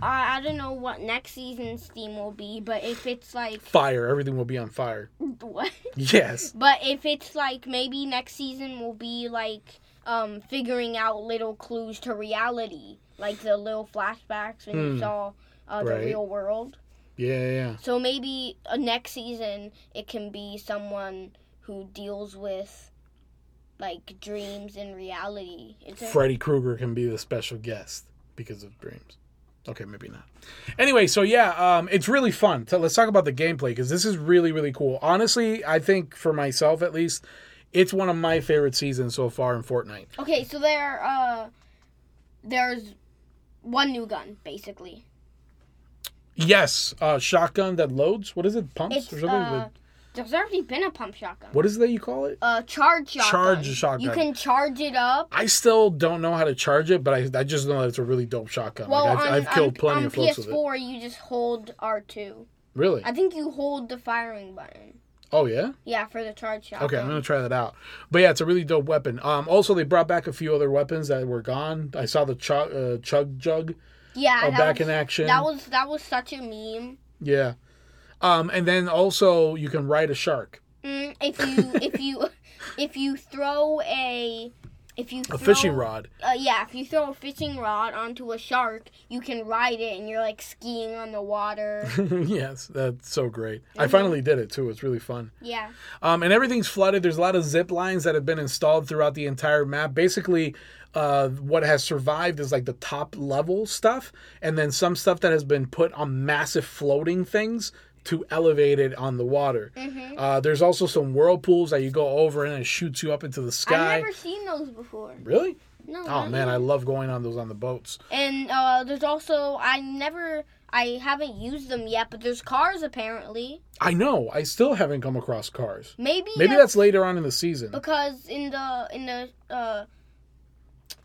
[SPEAKER 1] uh, I don't know what next season's theme will be, but if it's like [LAUGHS]
[SPEAKER 2] Fire, everything will be on fire.
[SPEAKER 1] what?
[SPEAKER 2] Yes.
[SPEAKER 1] But if it's like maybe next season will be like um figuring out little clues to reality, like the little flashbacks when
[SPEAKER 2] Hmm.
[SPEAKER 1] you saw uh, the
[SPEAKER 2] Right.
[SPEAKER 1] real world.
[SPEAKER 2] Yeah, yeah, yeah.
[SPEAKER 1] So maybe uh, next season it can be someone who deals with like dreams and reality. It's a-
[SPEAKER 2] Freddy Krueger can be the special guest because of dreams. Okay, maybe not. Anyway, so yeah, um, it's really fun. So let's talk about the gameplay because this is really, really cool. Honestly, I think for myself at least, it's one of my favorite seasons so far in Fortnite.
[SPEAKER 1] Okay, so there uh there's one new gun basically.
[SPEAKER 2] Yes, uh, shotgun that loads. What is it? Pumps
[SPEAKER 1] It's
[SPEAKER 2] or something?
[SPEAKER 1] uh there's already been a pump shotgun.
[SPEAKER 2] what is that you call it?
[SPEAKER 1] Uh charge shotgun.
[SPEAKER 2] Charge shotgun.
[SPEAKER 1] You can charge it up.
[SPEAKER 2] I still don't know how to charge it, but I, I just know that it's a really dope shotgun.
[SPEAKER 1] Well,
[SPEAKER 2] like I've,
[SPEAKER 1] on,
[SPEAKER 2] I've killed
[SPEAKER 1] on,
[SPEAKER 2] plenty
[SPEAKER 1] on
[SPEAKER 2] of folks with it.
[SPEAKER 1] PS4 you just hold R2.
[SPEAKER 2] Really?
[SPEAKER 1] I think you hold the firing button.
[SPEAKER 2] oh yeah.
[SPEAKER 1] Yeah, for the charge shotgun.
[SPEAKER 2] Okay, I'm gonna try that out. But yeah, it's a really dope weapon. Um, also they brought back a few other weapons that were gone. I saw the chug, uh, chug jug
[SPEAKER 1] Yeah,
[SPEAKER 2] uh,
[SPEAKER 1] that
[SPEAKER 2] back
[SPEAKER 1] was-
[SPEAKER 2] in action.
[SPEAKER 1] That was that was such a meme.
[SPEAKER 2] yeah. Um, and then also you can ride a shark,
[SPEAKER 1] Mm, if
[SPEAKER 2] [LAUGHS]
[SPEAKER 1] you if you if you throw a if you throw,
[SPEAKER 2] a fishing rod. [LAUGHS]
[SPEAKER 1] uh, yeah, if you throw a fishing rod onto a shark, you can ride it, and you're like skiing on the
[SPEAKER 2] [LAUGHS]
[SPEAKER 1] water.
[SPEAKER 2] yes, that's so great. I finally did it too. It's really fun.
[SPEAKER 1] yeah,
[SPEAKER 2] Um, and everything's flooded. There's a lot of zip lines that have been installed throughout the entire map. Basically, uh, what has survived is like the top level stuff, and then some stuff that has been put on massive floating things to elevate it on the water.
[SPEAKER 1] Mhm.
[SPEAKER 2] Uh, there's also some whirlpools that you go over and it shoots you up into the sky.
[SPEAKER 1] I've never Mm-hmm. seen those before.
[SPEAKER 2] Really?
[SPEAKER 1] No.
[SPEAKER 2] Oh man, I love going on those on the boats.
[SPEAKER 1] And uh, there's also I never I haven't used them yet, but there's cars apparently.
[SPEAKER 2] I know. I still haven't come across cars.
[SPEAKER 1] Maybe uh,
[SPEAKER 2] Maybe that's later on in the season.
[SPEAKER 1] because in the in the uh,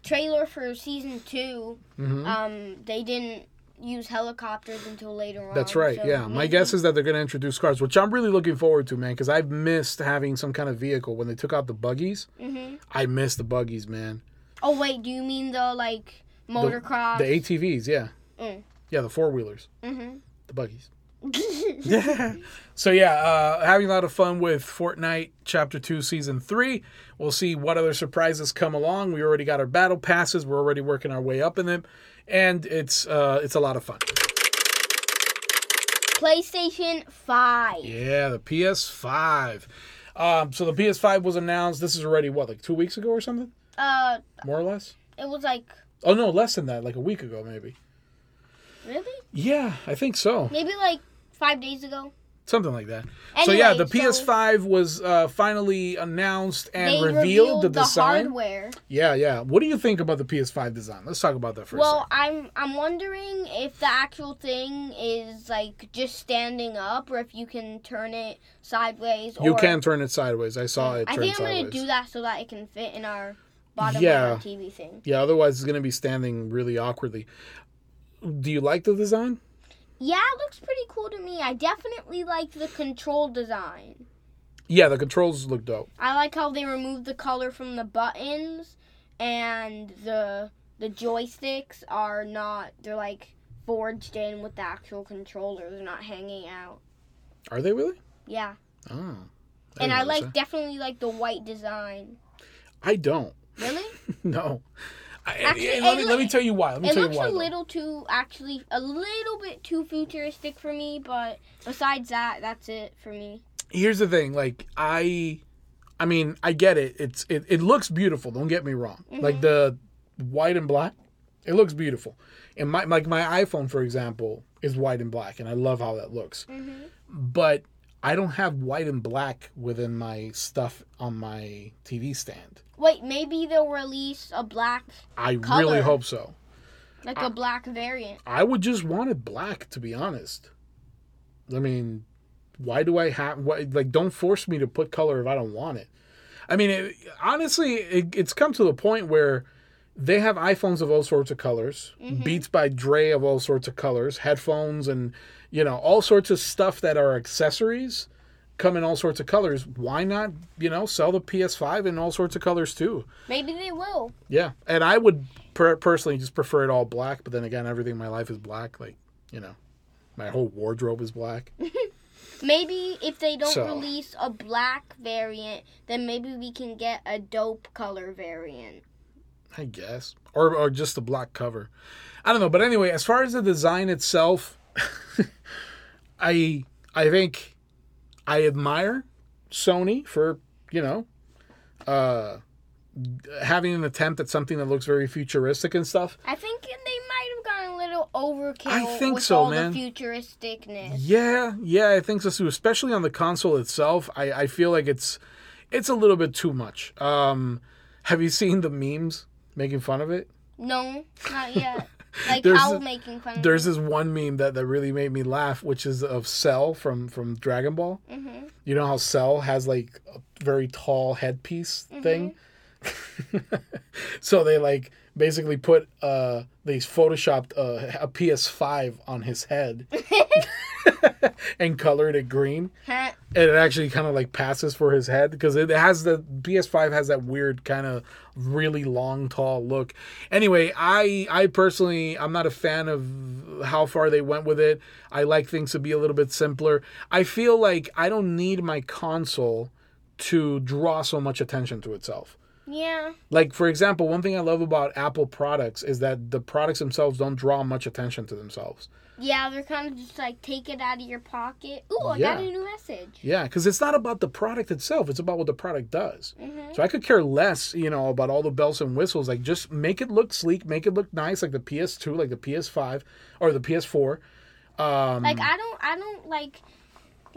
[SPEAKER 1] trailer for season 2
[SPEAKER 2] Mhm.
[SPEAKER 1] um, they didn't use helicopters until later on.
[SPEAKER 2] That's right.
[SPEAKER 1] so
[SPEAKER 2] yeah. My
[SPEAKER 1] maybe-
[SPEAKER 2] guess is that they're going to introduce cars, which I'm really looking forward to, man, because I've missed having some kind of vehicle. When they took out the buggies,
[SPEAKER 1] Mhm.
[SPEAKER 2] I miss the buggies, man.
[SPEAKER 1] Oh wait, do you mean the like
[SPEAKER 2] The-
[SPEAKER 1] motocross?
[SPEAKER 2] The ATVs, yeah.
[SPEAKER 1] Mm.
[SPEAKER 2] Yeah, the four wheelers,
[SPEAKER 1] Mhm.
[SPEAKER 2] the buggies. so, yeah, uh, having a lot of fun with Fortnite Chapter 2, Season 3. We'll see what other surprises come along. We already got our battle passes, we're already working our way up in them, and it's, uh, it's a lot of fun.
[SPEAKER 1] [LAUGHS] PlayStation Five.
[SPEAKER 2] Yeah, the PS5. Um, so the PS5 was announced. This is already what, like two weeks ago or something,
[SPEAKER 1] Uh,
[SPEAKER 2] more or less.
[SPEAKER 1] it was like
[SPEAKER 2] Oh no, less than that, like a week ago maybe.
[SPEAKER 1] really
[SPEAKER 2] Yeah, I think so,
[SPEAKER 1] maybe like five days ago.
[SPEAKER 2] something like that. so
[SPEAKER 1] Anyway,
[SPEAKER 2] yeah, the
[SPEAKER 1] so
[SPEAKER 2] PS5 was uh, finally announced and
[SPEAKER 1] they
[SPEAKER 2] revealed, the design.
[SPEAKER 1] hardware.
[SPEAKER 2] Yeah, yeah. What do you think about the PS5 design? Let's talk about that first.
[SPEAKER 1] Well, I'm I'm wondering if the actual thing is like just standing up, or if you can turn it sideways.
[SPEAKER 2] you
[SPEAKER 1] or,
[SPEAKER 2] can turn it sideways. I saw it
[SPEAKER 1] I
[SPEAKER 2] turn
[SPEAKER 1] think I'm
[SPEAKER 2] sideways.
[SPEAKER 1] gonna do that so that it can fit in our bottom
[SPEAKER 2] Yeah.
[SPEAKER 1] of our TV thing.
[SPEAKER 2] Yeah, otherwise it's gonna be standing really awkwardly. Do you like the design?
[SPEAKER 1] Yeah, it looks pretty cool to me. I definitely like the control design.
[SPEAKER 2] Yeah, the controls look dope.
[SPEAKER 1] I like how they removed the color from the buttons, and the the joysticks are not. They're like forged in with the actual controller. They're not hanging out.
[SPEAKER 2] Are they really?
[SPEAKER 1] Yeah.
[SPEAKER 2] Oh.
[SPEAKER 1] and
[SPEAKER 2] didn't
[SPEAKER 1] I
[SPEAKER 2] notice
[SPEAKER 1] like
[SPEAKER 2] that.
[SPEAKER 1] definitely like the white design.
[SPEAKER 2] I don't. [LAUGHS]
[SPEAKER 1] Really?
[SPEAKER 2] No. I,
[SPEAKER 1] Actually,
[SPEAKER 2] and let,
[SPEAKER 1] it
[SPEAKER 2] me,
[SPEAKER 1] loo-
[SPEAKER 2] let me tell you why. Let me
[SPEAKER 1] it
[SPEAKER 2] tell you
[SPEAKER 1] looks
[SPEAKER 2] why.
[SPEAKER 1] a
[SPEAKER 2] though.
[SPEAKER 1] little too actually a little bit too futuristic for me, but besides that, that's it for me.
[SPEAKER 2] Here's the thing. Like I, I mean, I get it. It's it, it looks beautiful. Don't get me wrong. Like the white and black, it looks beautiful. And my like my iPhone, for example, is white and black, and I love how that looks. But I don't have white and black within my stuff on my TV stand.
[SPEAKER 1] Wait, maybe they'll release a black
[SPEAKER 2] I really
[SPEAKER 1] Color.
[SPEAKER 2] hope so.
[SPEAKER 1] like
[SPEAKER 2] Ah.
[SPEAKER 1] a black variant.
[SPEAKER 2] I would just want it black, to be honest. I mean, why do I have why, like? Don't force me to put color if I don't want it. I mean, it, honestly, it, it's come to the point where they have iPhones of all sorts of colors, Beats by Dre of all sorts of colors, headphones, and you know all sorts of stuff that are accessories come in all sorts of colors. Why not, you know, sell the PS5 in all sorts of colors too?
[SPEAKER 1] Maybe they will.
[SPEAKER 2] Yeah, and I would per- personally just prefer it all black. But then again, everything in my life is black. Like you know, my whole wardrobe is black.
[SPEAKER 1] Maybe if they don't
[SPEAKER 2] So.
[SPEAKER 1] release a black variant, then maybe we can get a dope color variant.
[SPEAKER 2] I guess, or or just the black cover. I don't know. But anyway, as far as the design itself, [LAUGHS] I I think I admire Sony for you know uh having an attempt at something that looks very futuristic and stuff
[SPEAKER 1] I think they might have gone a little overkill
[SPEAKER 2] I think
[SPEAKER 1] with
[SPEAKER 2] so,
[SPEAKER 1] all
[SPEAKER 2] man.
[SPEAKER 1] the futuristicness.
[SPEAKER 2] Yeah, yeah, I think so too. Especially on the console itself, I, I feel like it's it's a little bit too much. Um, have you seen the memes making fun of it?
[SPEAKER 1] No, not
[SPEAKER 2] [LAUGHS]
[SPEAKER 1] yet. Like
[SPEAKER 2] There's
[SPEAKER 1] how
[SPEAKER 2] a-
[SPEAKER 1] making fun.
[SPEAKER 2] There's this one meme that, that really made me laugh, which is of Cell from from Dragon Ball.
[SPEAKER 1] hmm
[SPEAKER 2] You know how Cell has like a very tall headpiece thing. [LAUGHS] so they like basically put uh they photoshopped uh, a, a PS5 on his head [LAUGHS] and colored it green.
[SPEAKER 1] Huh?
[SPEAKER 2] and it actually kind of like passes for his head because it has the PS5 has that weird kind of really long tall look. Anyway, I I personally I'm not a fan of how far they went with it. I like things to be a little bit simpler. I feel like I don't need my console to draw so much attention to itself.
[SPEAKER 1] Yeah.
[SPEAKER 2] Like for example, one thing I love about Apple products is that the products themselves don't draw much attention to themselves.
[SPEAKER 1] Yeah, they're kind of just like take it out of your pocket. Ooh, I got
[SPEAKER 2] Yeah.
[SPEAKER 1] a new message.
[SPEAKER 2] Yeah, because it's not about the product itself; it's about what the product does. So I could care less, you know, about all the bells and whistles. Like, just make it look sleek, make it look nice, like the PS2, like the PS5, or the PS4. Um,
[SPEAKER 1] Like I don't, I don't like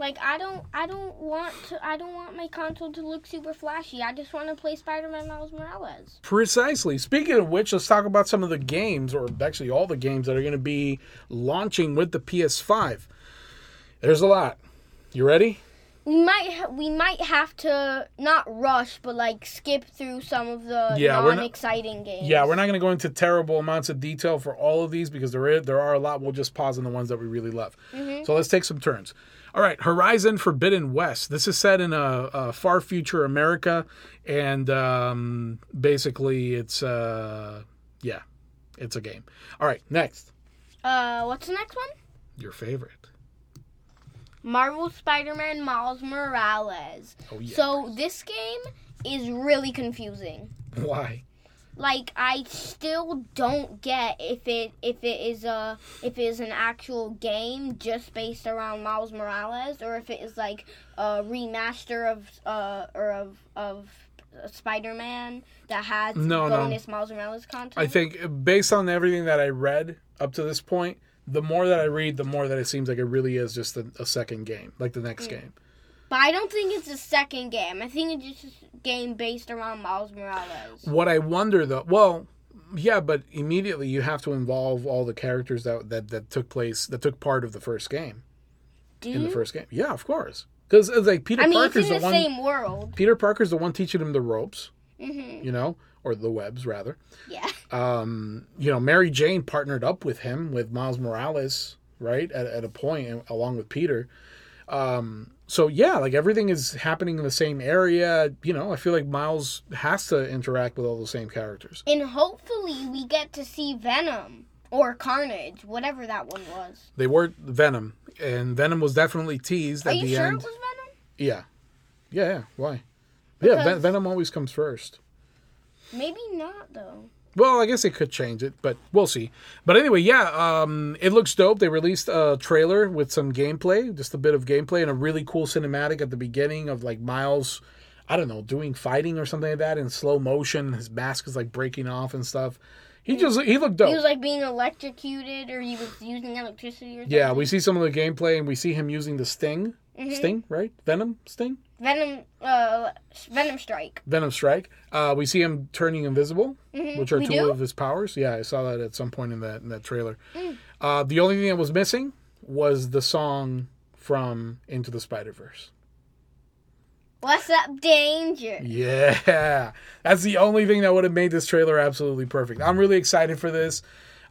[SPEAKER 1] Like I don't I don't want to I don't want my console to look super flashy. I just want to play Spider-Man Miles Morales.
[SPEAKER 2] Precisely. Speaking of which, let's talk about some of the games, or actually all the games that are going to be launching with the PS5. There's a lot. You ready?
[SPEAKER 1] We might ha- we might have to not rush, but like skip through some of the
[SPEAKER 2] Yeah, we're not-
[SPEAKER 1] non-exciting games.
[SPEAKER 2] Yeah, we're not going to go into terrible amounts of detail for all of these because there is, there are a lot. We'll just pause on the ones that we really love. So let's take some turns. All right, Horizon Forbidden West. This is set in a, a far future America, and um, basically it's uh, yeah, it's a game. All right, next
[SPEAKER 1] Uh, what's the next one?
[SPEAKER 2] your favorite. [LAUGHS]
[SPEAKER 1] Marvel Spider-Man Miles Morales.
[SPEAKER 2] Oh yeah.
[SPEAKER 1] So this game is really confusing.
[SPEAKER 2] Why?
[SPEAKER 1] Like I still don't get if it if it is a if it is an actual game just based around Miles Morales or if it is like a remaster of uh or of of Spider-Man that has
[SPEAKER 2] No, no.
[SPEAKER 1] bonus Miles Morales content.
[SPEAKER 2] I think uh, based on everything that I read up to this point, the more that I read, the more that it seems like it really is just a, a second game, like the next game.
[SPEAKER 1] But I don't think it's a second game. I think it's just a game based around Miles Morales.
[SPEAKER 2] What I wonder though, well, yeah, but immediately you have to involve all the characters that that, that took place that took part of the first game
[SPEAKER 1] Do
[SPEAKER 2] in the
[SPEAKER 1] you?
[SPEAKER 2] first game. Yeah, of course, because like Peter
[SPEAKER 1] Mm-hmm. I mean, it's
[SPEAKER 2] Parker's
[SPEAKER 1] in
[SPEAKER 2] the,
[SPEAKER 1] the
[SPEAKER 2] one.
[SPEAKER 1] same world.
[SPEAKER 2] Peter Parker's the one teaching him the ropes,
[SPEAKER 1] hmm
[SPEAKER 2] you know, or the webs rather.
[SPEAKER 1] Yeah.
[SPEAKER 2] Um, you know, Mary Jane partnered up with him with Miles Morales, right at, at a point and- along with Peter. Um, so yeah, like everything is happening in the same area. You know, I feel like Miles has to interact with all the same characters.
[SPEAKER 1] And hopefully we get to see Venom or Carnage, whatever that one was.
[SPEAKER 2] They were Venom, and Venom was definitely teased
[SPEAKER 1] Are
[SPEAKER 2] at
[SPEAKER 1] you
[SPEAKER 2] the
[SPEAKER 1] sure
[SPEAKER 2] end.
[SPEAKER 1] it was Venom?
[SPEAKER 2] Yeah, yeah, yeah. Why? Yeah, Ven-
[SPEAKER 1] Because-
[SPEAKER 2] Venom always comes first.
[SPEAKER 1] Maybe not though.
[SPEAKER 2] Well, I guess they could change it, but we'll see. But anyway, yeah, um, it looks dope. They released a trailer with some gameplay, just a bit of gameplay, and a really cool cinematic at the beginning of like Miles, I don't know, doing fighting or something like that in slow motion. His mask is like breaking off and stuff. He just he looked dope.
[SPEAKER 1] He was like being electrocuted, or he was using electricity, or something.
[SPEAKER 2] yeah, we see some of the gameplay, and we see him using the sting,
[SPEAKER 1] Mhm.
[SPEAKER 2] sting, right? Venom, sting.
[SPEAKER 1] Venom, uh, Venom Strike.
[SPEAKER 2] Venom Strike. Uh, we see him turning invisible,
[SPEAKER 1] Mhm.
[SPEAKER 2] which are
[SPEAKER 1] We
[SPEAKER 2] two
[SPEAKER 1] do?
[SPEAKER 2] of his powers. Yeah, I saw that at some point in that in that trailer.
[SPEAKER 1] Mm.
[SPEAKER 2] Uh, the only thing that was missing was the song from Into the Spider Verse.
[SPEAKER 1] What's up, danger?
[SPEAKER 2] Yeah, that's the only thing that would have made this trailer absolutely perfect. I'm really excited for this.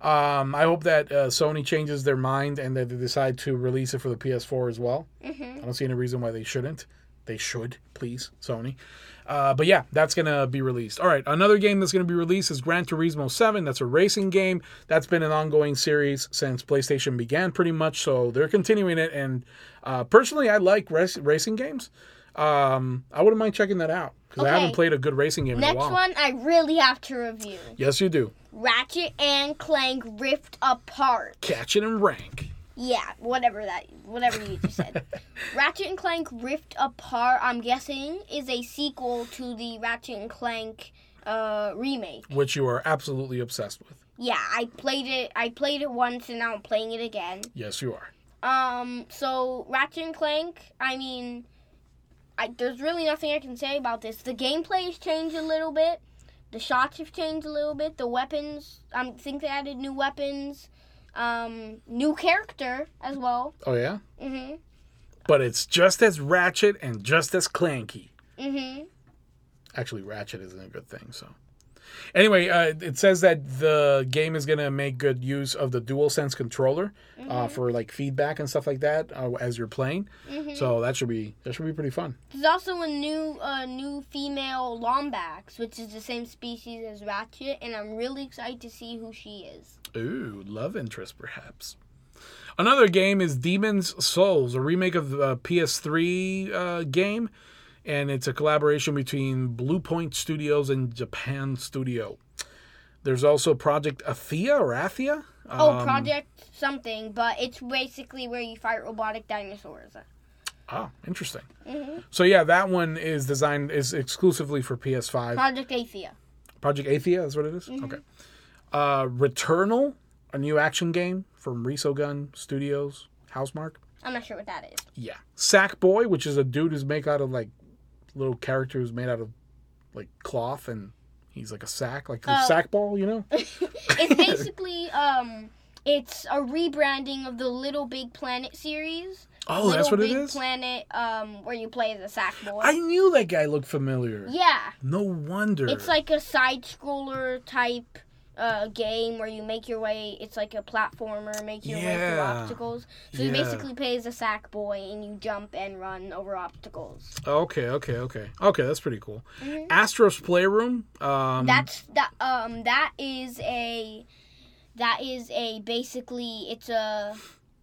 [SPEAKER 2] Um, I hope that uh, Sony changes their mind and that they decide to release it for the PS4 as well.
[SPEAKER 1] hmm
[SPEAKER 2] I don't see any reason why they shouldn't. They should, please, Sony. Uh, but yeah, that's gonna be released. All right, another game that's gonna be released is Gran Turismo Seven. That's a racing game. That's been an ongoing series since PlayStation began, pretty much. So they're continuing it. And uh, personally, I like rac- racing games. Um, I wouldn't mind checking that out because I
[SPEAKER 1] Okay.
[SPEAKER 2] haven't played a good racing game in
[SPEAKER 1] Next
[SPEAKER 2] a while.
[SPEAKER 1] one, I really have to review.
[SPEAKER 2] Yes, you do.
[SPEAKER 1] Ratchet and Clank Rift Apart.
[SPEAKER 2] Catch it and rank.
[SPEAKER 1] Yeah, whatever that, whatever you just said. Ratchet and Clank Rift Apart, I'm guessing, is a sequel to the Ratchet and Clank uh, remake.
[SPEAKER 2] Which you are absolutely obsessed with.
[SPEAKER 1] Yeah, I played it. I played it once, and now I'm playing it again.
[SPEAKER 2] Yes, you are.
[SPEAKER 1] Um, so Ratchet and Clank. I mean, I, there's really nothing I can say about this. The gameplay has changed a little bit. The shots have changed a little bit. The weapons. I think they added new weapons. Um, new character as well.
[SPEAKER 2] Oh yeah,
[SPEAKER 1] Mhm.
[SPEAKER 2] but it's just as ratchet and just as clanky.
[SPEAKER 1] Mhm.
[SPEAKER 2] actually ratchet isn't a good thing so anyway uh, it says that the game is going to make good use of the dual sense controller uh, for like feedback and stuff like that uh, as you're playing
[SPEAKER 1] Mhm.
[SPEAKER 2] so that should be that should be pretty fun
[SPEAKER 1] There's also a new uh, new female Lombax, which is the same species as Ratchet, and I'm really excited to see who she is.
[SPEAKER 2] ooh love interest perhaps another game is demons souls a remake of uh, the ps3 uh, game and it's a collaboration between blue point studios and japan studio there's also project athia or athia
[SPEAKER 1] oh,
[SPEAKER 2] Um,
[SPEAKER 1] Project something, but it's basically where you fight robotic dinosaurs.
[SPEAKER 2] Ah, interesting.
[SPEAKER 1] Mhm.
[SPEAKER 2] So yeah, that one is designed is exclusively for PS5.
[SPEAKER 1] Project Athea.
[SPEAKER 2] Project Athea is what it is?
[SPEAKER 1] Mm-hmm.
[SPEAKER 2] Okay. Uh, Returnal, a new action game from Resogun Studios, Housemark.
[SPEAKER 1] I'm not sure what that is.
[SPEAKER 2] Yeah. Sackboy, which is a dude who's made out of like little character who's made out of like cloth and he's like a sack, like a
[SPEAKER 1] Oh.
[SPEAKER 2] sack ball, you
[SPEAKER 1] [LAUGHS]
[SPEAKER 2] know? [LAUGHS]
[SPEAKER 1] It's basically um, it's a rebranding of the Little Big Planet series.
[SPEAKER 2] Oh,
[SPEAKER 1] Little
[SPEAKER 2] that's what it
[SPEAKER 1] Big
[SPEAKER 2] is?
[SPEAKER 1] Planet, um, where you play as a sack boy.
[SPEAKER 2] I knew that guy looked familiar.
[SPEAKER 1] yeah,
[SPEAKER 2] No wonder.
[SPEAKER 1] it's like a side scroller type uh, game where you make your way. It's like a platformer, make your way through
[SPEAKER 2] Yeah.
[SPEAKER 1] obstacles. So you
[SPEAKER 2] Yeah.
[SPEAKER 1] basically play as a sack boy and you jump and run over obstacles.
[SPEAKER 2] Okay, okay, okay. Okay, that's pretty cool.
[SPEAKER 1] Mhm.
[SPEAKER 2] Astro's Playroom. Um,
[SPEAKER 1] That's that. Um, that is a that is a basically it's a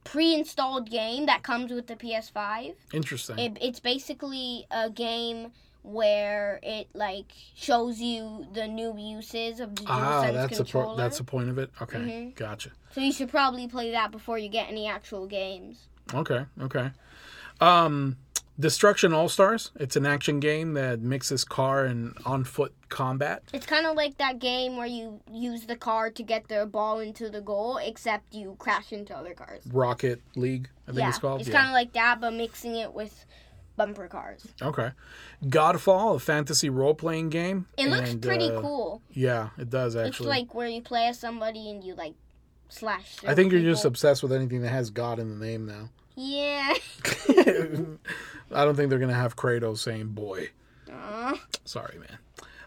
[SPEAKER 1] pre-installed game that comes with the PS5.
[SPEAKER 2] interesting.
[SPEAKER 1] It, it's basically a game where it like shows you the new uses of the
[SPEAKER 2] ah,
[SPEAKER 1] DualSense
[SPEAKER 2] that's a
[SPEAKER 1] controller.
[SPEAKER 2] po- that's a point of it. Okay,
[SPEAKER 1] Mhm.
[SPEAKER 2] gotcha.
[SPEAKER 1] So you should probably play that before you get any actual games.
[SPEAKER 2] Okay, okay. Um, Destruction All Stars. It's an action game that mixes car and on foot combat.
[SPEAKER 1] It's kind of like that game where you use the car to get the ball into the goal, except you crash into other cars.
[SPEAKER 2] Rocket League, I think
[SPEAKER 1] yeah,
[SPEAKER 2] it's called.
[SPEAKER 1] kind of like that, but mixing it with bumper cars.
[SPEAKER 2] okay. Godfall, a fantasy role playing game.
[SPEAKER 1] It looks
[SPEAKER 2] and,
[SPEAKER 1] pretty
[SPEAKER 2] uh,
[SPEAKER 1] cool.
[SPEAKER 2] Yeah, it does
[SPEAKER 1] It's
[SPEAKER 2] actually.
[SPEAKER 1] like where you play as somebody and you like slash.
[SPEAKER 2] I think
[SPEAKER 1] through
[SPEAKER 2] you're just
[SPEAKER 1] people.
[SPEAKER 2] obsessed with anything that has God in the name now. [LAUGHS]
[SPEAKER 1] yeah. [LAUGHS]
[SPEAKER 2] I don't think they're gonna have Kratos saying "boy."
[SPEAKER 1] Aw.
[SPEAKER 2] Sorry, man.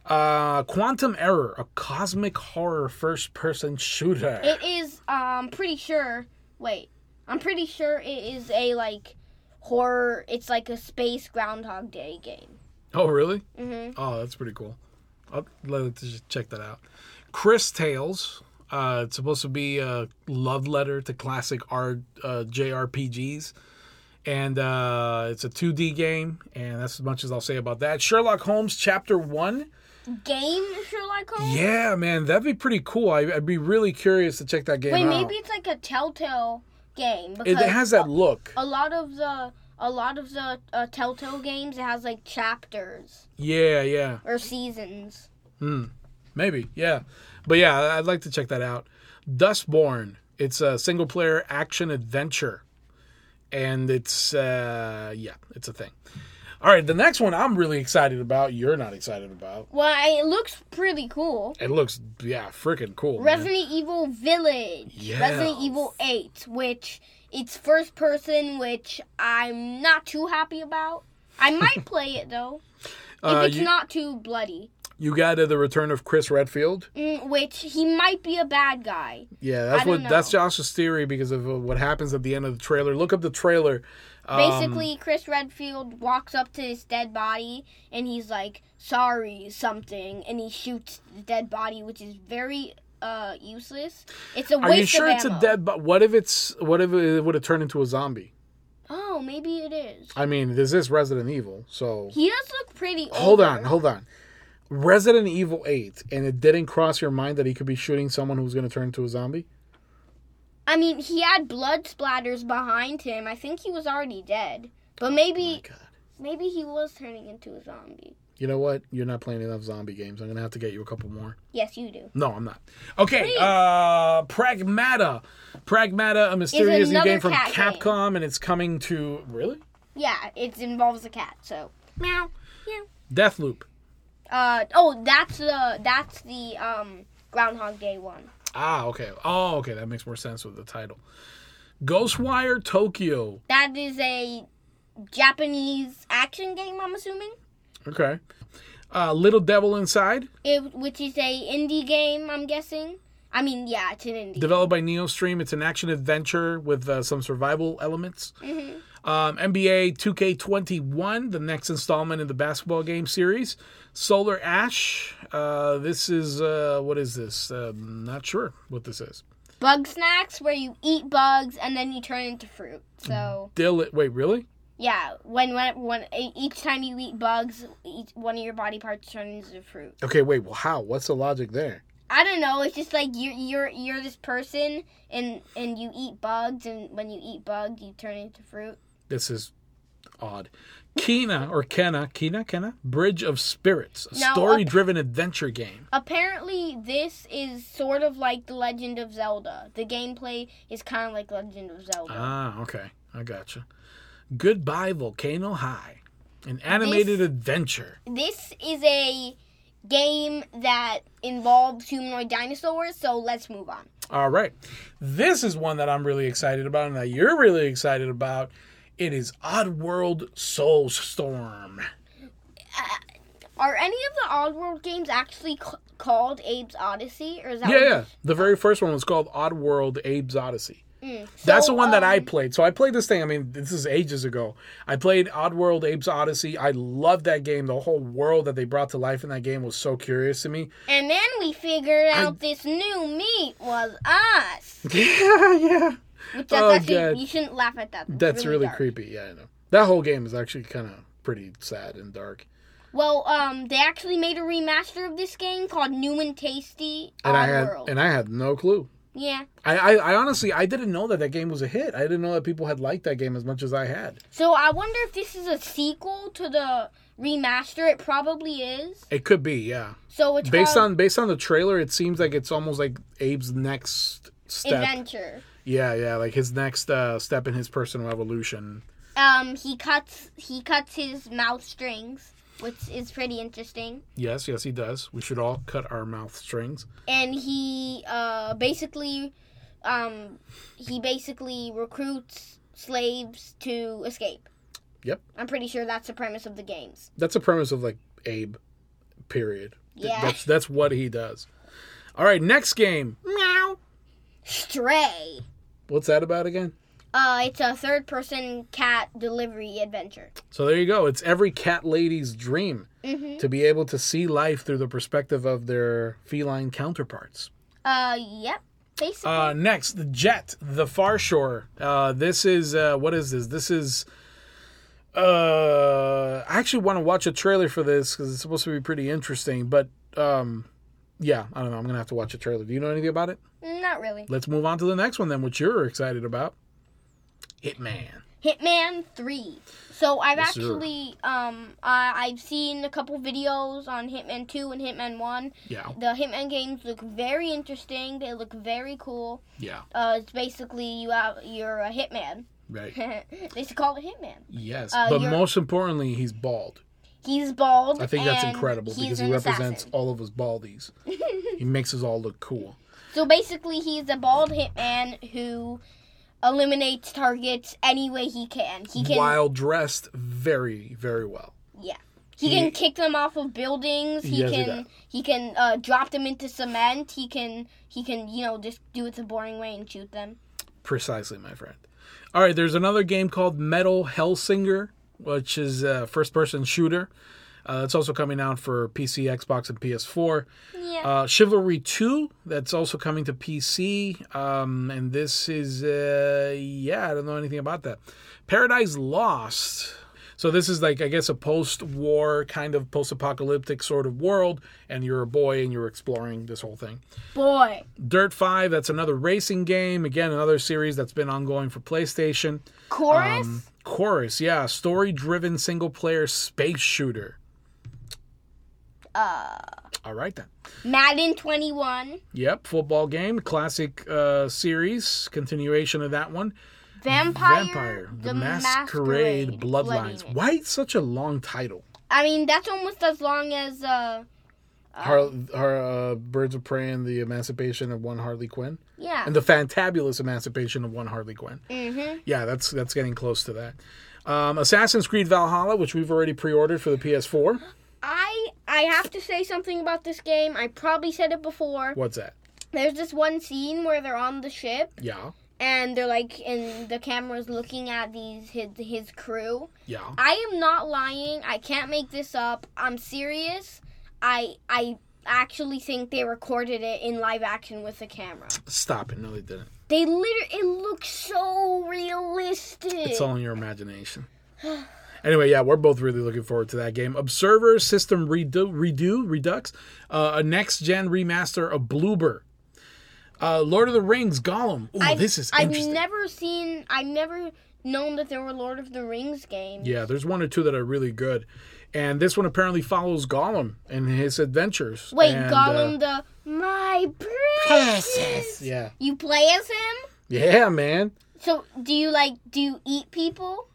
[SPEAKER 2] Uh, Quantum Error, a cosmic horror first-person shooter. [LAUGHS]
[SPEAKER 1] It is. Um, pretty sure. Wait, I'm pretty sure it is a like horror. It's like a space Groundhog Day game.
[SPEAKER 2] oh, really?
[SPEAKER 1] Mhm.
[SPEAKER 2] Oh, that's pretty cool. I'll let just check that out. Chris Tales. Uh, it's supposed to be a love letter to classic R, uh, JRPGs. And uh, it's a 2D game, and that's as much as I'll say about that. Sherlock Holmes Chapter 1.
[SPEAKER 1] Game Sherlock Holmes.
[SPEAKER 2] Yeah, man, that'd be pretty cool. I, I'd be really curious to check that game
[SPEAKER 1] Wait,
[SPEAKER 2] out.
[SPEAKER 1] maybe it's like a Telltale game
[SPEAKER 2] it,
[SPEAKER 1] because
[SPEAKER 2] it has that look.
[SPEAKER 1] a lot of the a lot of the uh, Telltale games it has like chapters
[SPEAKER 2] Yeah, yeah,
[SPEAKER 1] or seasons.
[SPEAKER 2] maybe, yeah. But yeah, I- I'd like to check that out. Dustborn. It's a single-player action adventure, and it's uh, yeah, it's a thing. All right, the next one I'm really excited about. You're not excited about.
[SPEAKER 1] Well, I- it looks pretty cool.
[SPEAKER 2] It looks yeah, freaking cool. man.
[SPEAKER 1] Resident Evil Village.
[SPEAKER 2] Yeah.
[SPEAKER 1] Resident Evil 8, which it's first person, which I'm not too happy about.
[SPEAKER 2] [LAUGHS]
[SPEAKER 1] I might play it though, if
[SPEAKER 2] Uh,
[SPEAKER 1] it's
[SPEAKER 2] you,
[SPEAKER 1] not too bloody.
[SPEAKER 2] you got uh, the return of Chris Redfield.
[SPEAKER 1] Mm, which he might be a bad guy.
[SPEAKER 2] Yeah, that's
[SPEAKER 1] don't
[SPEAKER 2] what that's
[SPEAKER 1] know.
[SPEAKER 2] Josh's theory because of uh, what happens at the end of the trailer. Look up the trailer. Um,
[SPEAKER 1] Basically, Chris Redfield walks up to his dead body and he's like, sorry, something, and he shoots the dead body, which is very uh, useless. It's a waste
[SPEAKER 2] Are you sure
[SPEAKER 1] of
[SPEAKER 2] it's a
[SPEAKER 1] ammo.
[SPEAKER 2] dead? But what if it's what if it would have turned into a zombie?
[SPEAKER 1] Oh, maybe it is.
[SPEAKER 2] I mean, this is Resident Evil, so
[SPEAKER 1] He does look pretty old.
[SPEAKER 2] hold on, hold on. Resident Evil Eight, and it didn't cross your mind that he could be shooting someone who's going to turn into a zombie.
[SPEAKER 1] I mean, he had blood splatters behind him. I think he was already dead. But maybe
[SPEAKER 2] God,
[SPEAKER 1] maybe he was turning into a zombie.
[SPEAKER 2] you know what? You're not playing enough zombie games. I'm going to have to get you a couple more.
[SPEAKER 1] Yes, you do.
[SPEAKER 2] No, I'm not. Okay, uh Pragmata, Pragmata, a mysterious new
[SPEAKER 1] another
[SPEAKER 2] game from
[SPEAKER 1] cat game.
[SPEAKER 2] Capcom, and it's coming to really
[SPEAKER 1] Yeah, it involves a cat. So meow.
[SPEAKER 2] Deathloop.
[SPEAKER 1] Uh oh, that's the that's the um Groundhog Day one.
[SPEAKER 2] Ah, okay. Oh, okay. That makes more sense with the title. Ghostwire Tokyo.
[SPEAKER 1] That is a Japanese action game. I'm assuming
[SPEAKER 2] Okay. Uh, Little Devil Inside,
[SPEAKER 1] it, which is a indie game. I'm guessing. I mean, yeah, it's an indie.
[SPEAKER 2] developed by NeoStream. It's an action adventure with uh, some survival elements.
[SPEAKER 1] hmm
[SPEAKER 2] Um, NBA 2K21, the next installment in the basketball game series. Solar Ash. Uh, this is uh, what is this? Um, not sure what this is.
[SPEAKER 1] Bug snacks where you eat bugs and then you turn into fruit. So.
[SPEAKER 2] Dil- Wait, really?
[SPEAKER 1] Yeah, when when when e- each time you eat bugs, each one of your body parts turns into fruit.
[SPEAKER 2] Okay, wait. Well, how? What's the logic there?
[SPEAKER 1] I don't know. It's just like you're you're you're this person, and and you eat bugs, and when you eat bugs, you turn into fruit.
[SPEAKER 2] This is odd. Kena or Kena, Kena, Kena, Bridge of Spirits, a
[SPEAKER 1] No,
[SPEAKER 2] story driven adventure game.
[SPEAKER 1] Apparently, this is sort of like the Legend of Zelda. The gameplay is kind of like Legend of Zelda.
[SPEAKER 2] Ah, okay. I gotcha. Goodbye, Volcano High, an animated adventure.
[SPEAKER 1] This is a game that involves humanoid dinosaurs, so let's move on.
[SPEAKER 2] All right. This is one that I'm really excited about and that you're really excited about. It is Oddworld Soulstorm.
[SPEAKER 1] Are any of the Oddworld games actually c- called Abe's Odyssey, or is that
[SPEAKER 2] Yeah,
[SPEAKER 1] what-
[SPEAKER 2] yeah. The very first one was called Oddworld Abe's Odyssey.
[SPEAKER 1] Mm.
[SPEAKER 2] That's
[SPEAKER 1] So,
[SPEAKER 2] the one that I
[SPEAKER 1] um,
[SPEAKER 2] played. So I played this thing. I mean, this is ages ago. I played Oddworld Abe's Odyssey. I loved that game. The whole world that they brought to life in that game was so curious
[SPEAKER 1] [LAUGHS]
[SPEAKER 2] to me.
[SPEAKER 1] And then we figured out this new meat was
[SPEAKER 2] [LAUGHS]
[SPEAKER 1] us.
[SPEAKER 2] yeah, yeah.
[SPEAKER 1] Which that's
[SPEAKER 2] Oh,
[SPEAKER 1] actually
[SPEAKER 2] God.
[SPEAKER 1] you shouldn't laugh at that. It's
[SPEAKER 2] That's really,
[SPEAKER 1] dark.
[SPEAKER 2] creepy. Yeah, I know. That whole game is actually kind of pretty sad and dark.
[SPEAKER 1] Well, um, they actually made a remaster of this game called New and Tasty
[SPEAKER 2] And I had
[SPEAKER 1] Oddworld.
[SPEAKER 2] and I had no clue.
[SPEAKER 1] yeah.
[SPEAKER 2] I, I, I honestly I didn't know that that game was a hit. I didn't know that people had liked that game as much as I had.
[SPEAKER 1] So I wonder if this is a sequel to the remaster. It probably is.
[SPEAKER 2] It could be, yeah.
[SPEAKER 1] So it's
[SPEAKER 2] Based
[SPEAKER 1] called
[SPEAKER 2] on based on the trailer, it seems like it's almost like Abe's next step.
[SPEAKER 1] Adventure.
[SPEAKER 2] Yeah, yeah, like his next uh, step in his personal evolution.
[SPEAKER 1] Um, he cuts he cuts his mouth strings, which is pretty interesting.
[SPEAKER 2] Yes, yes, he does. We should all cut our mouth strings.
[SPEAKER 1] and he uh, basically um, he basically recruits slaves to escape.
[SPEAKER 2] Yep.
[SPEAKER 1] I'm pretty sure that's the premise of the games.
[SPEAKER 2] That's a premise of like Abe, period. Th-
[SPEAKER 1] Yeah.
[SPEAKER 2] That's that's what he does. All right, next game. Meow.
[SPEAKER 1] Stray.
[SPEAKER 2] What's that about again?
[SPEAKER 1] Uh, it's a third-person cat delivery adventure.
[SPEAKER 2] So there you go. It's every cat lady's dream
[SPEAKER 1] hmm
[SPEAKER 2] to be able to see life through the perspective of their feline counterparts.
[SPEAKER 1] Uh, yep. Basically,
[SPEAKER 2] Uh, next, the Jet, the Far Shore. Uh, this is uh, what is this? This is. Uh, I actually want to watch a trailer for this because it's supposed to be pretty interesting. But um, yeah, I don't know. I'm gonna have to watch a trailer. Do you know anything about it?
[SPEAKER 1] not really.
[SPEAKER 2] Let's move on to the next one then, which you're excited about. Hitman.
[SPEAKER 1] Hitman Three. So I've
[SPEAKER 2] Yes, sir.
[SPEAKER 1] actually um uh, I've seen a couple videos on Hitman Two and Hitman One.
[SPEAKER 2] Yeah,
[SPEAKER 1] The Hitman games look very interesting. They look very cool.
[SPEAKER 2] yeah,
[SPEAKER 1] Uh, it's basically you have you're a hitman. [LAUGHS]
[SPEAKER 2] right.
[SPEAKER 1] they should call it hitman.
[SPEAKER 2] Yes,
[SPEAKER 1] Uh,
[SPEAKER 2] but
[SPEAKER 1] you're-
[SPEAKER 2] most importantly, he's bald.
[SPEAKER 1] He's bald.
[SPEAKER 2] I think that's
[SPEAKER 1] and
[SPEAKER 2] incredible
[SPEAKER 1] he's
[SPEAKER 2] because
[SPEAKER 1] an
[SPEAKER 2] he represents
[SPEAKER 1] assassin.
[SPEAKER 2] all of
[SPEAKER 1] [LAUGHS]
[SPEAKER 2] us baldies. he makes us all look cool.
[SPEAKER 1] So basically, he's a bald hitman who eliminates targets any way he can. He can
[SPEAKER 2] While dressed very, very well.
[SPEAKER 1] he can
[SPEAKER 2] he-
[SPEAKER 1] kick them off of buildings. He
[SPEAKER 2] Yes, he
[SPEAKER 1] can he can uh, drop them into cement. He can he can you know just do it the boring way and shoot them.
[SPEAKER 2] Precisely, my friend. All right, there's another game called Metal Hellsinger, which is a first person shooter. Uh, it's also coming out for PC, Xbox, and PS4.
[SPEAKER 1] Yeah.
[SPEAKER 2] Uh, Chivalry 2, that's also coming to PC. Um, and this is, uh, yeah, I don't know anything about that. Paradise Lost. So this is like, I guess, a post war kind of post apocalyptic sort of world. And you're a boy and you're exploring this whole thing.
[SPEAKER 1] Boy.
[SPEAKER 2] Dirt 5, that's another racing game. Again, another series that's been ongoing for PlayStation.
[SPEAKER 1] Chorus.
[SPEAKER 2] um, Chorus, yeah, story driven single player space shooter.
[SPEAKER 1] uh,
[SPEAKER 2] All right then.
[SPEAKER 1] Madden 21.
[SPEAKER 2] Yep, football game, classic uh, series, continuation of that one.
[SPEAKER 1] Vampire.
[SPEAKER 2] Vampire, The, Masquerade, Bloodlines.
[SPEAKER 1] Bloodlines.
[SPEAKER 2] Why such a long title?
[SPEAKER 1] I mean, that's almost as long as uh,
[SPEAKER 2] Har- Har- uh, Birds of Prey and the Emancipation of One Harley Quinn,
[SPEAKER 1] yeah.
[SPEAKER 2] and the Fantabulous Emancipation of One Harley Quinn.
[SPEAKER 1] mm-hmm.
[SPEAKER 2] Yeah, that's that's getting close to that. Um, Assassin's Creed Valhalla, which we've already pre-ordered for the PS4.
[SPEAKER 1] I I have to say something about this game. I probably said it before.
[SPEAKER 2] What's that?
[SPEAKER 1] There's this one scene where they're on the ship
[SPEAKER 2] Yeah,
[SPEAKER 1] and they're like, and the camera's looking at these his his crew.
[SPEAKER 2] yeah.
[SPEAKER 1] I am not lying. I can't make this up. I'm serious. I I actually think they recorded it in live action with the camera.
[SPEAKER 2] Stop it! No, they didn't.
[SPEAKER 1] They literally it looks so realistic.
[SPEAKER 2] It's all in your imagination. Anyway, yeah, we're both really looking forward to that game. Observer System Redo, Redo Redux, uh, a next gen remaster of Bloober. Uh, Lord of the Rings Gollum. Ooh,
[SPEAKER 1] I've-
[SPEAKER 2] this is
[SPEAKER 1] I've
[SPEAKER 2] interesting.
[SPEAKER 1] never seen. I've never known that there were Lord of the Rings games.
[SPEAKER 2] yeah, there's one or two that are really good, and this one apparently follows Gollum and his adventures.
[SPEAKER 1] Wait,
[SPEAKER 2] and,
[SPEAKER 1] Gollum
[SPEAKER 2] uh,
[SPEAKER 1] the my precious.
[SPEAKER 2] yeah,
[SPEAKER 1] You play as him?
[SPEAKER 2] yeah, man.
[SPEAKER 1] So do you like do you eat people?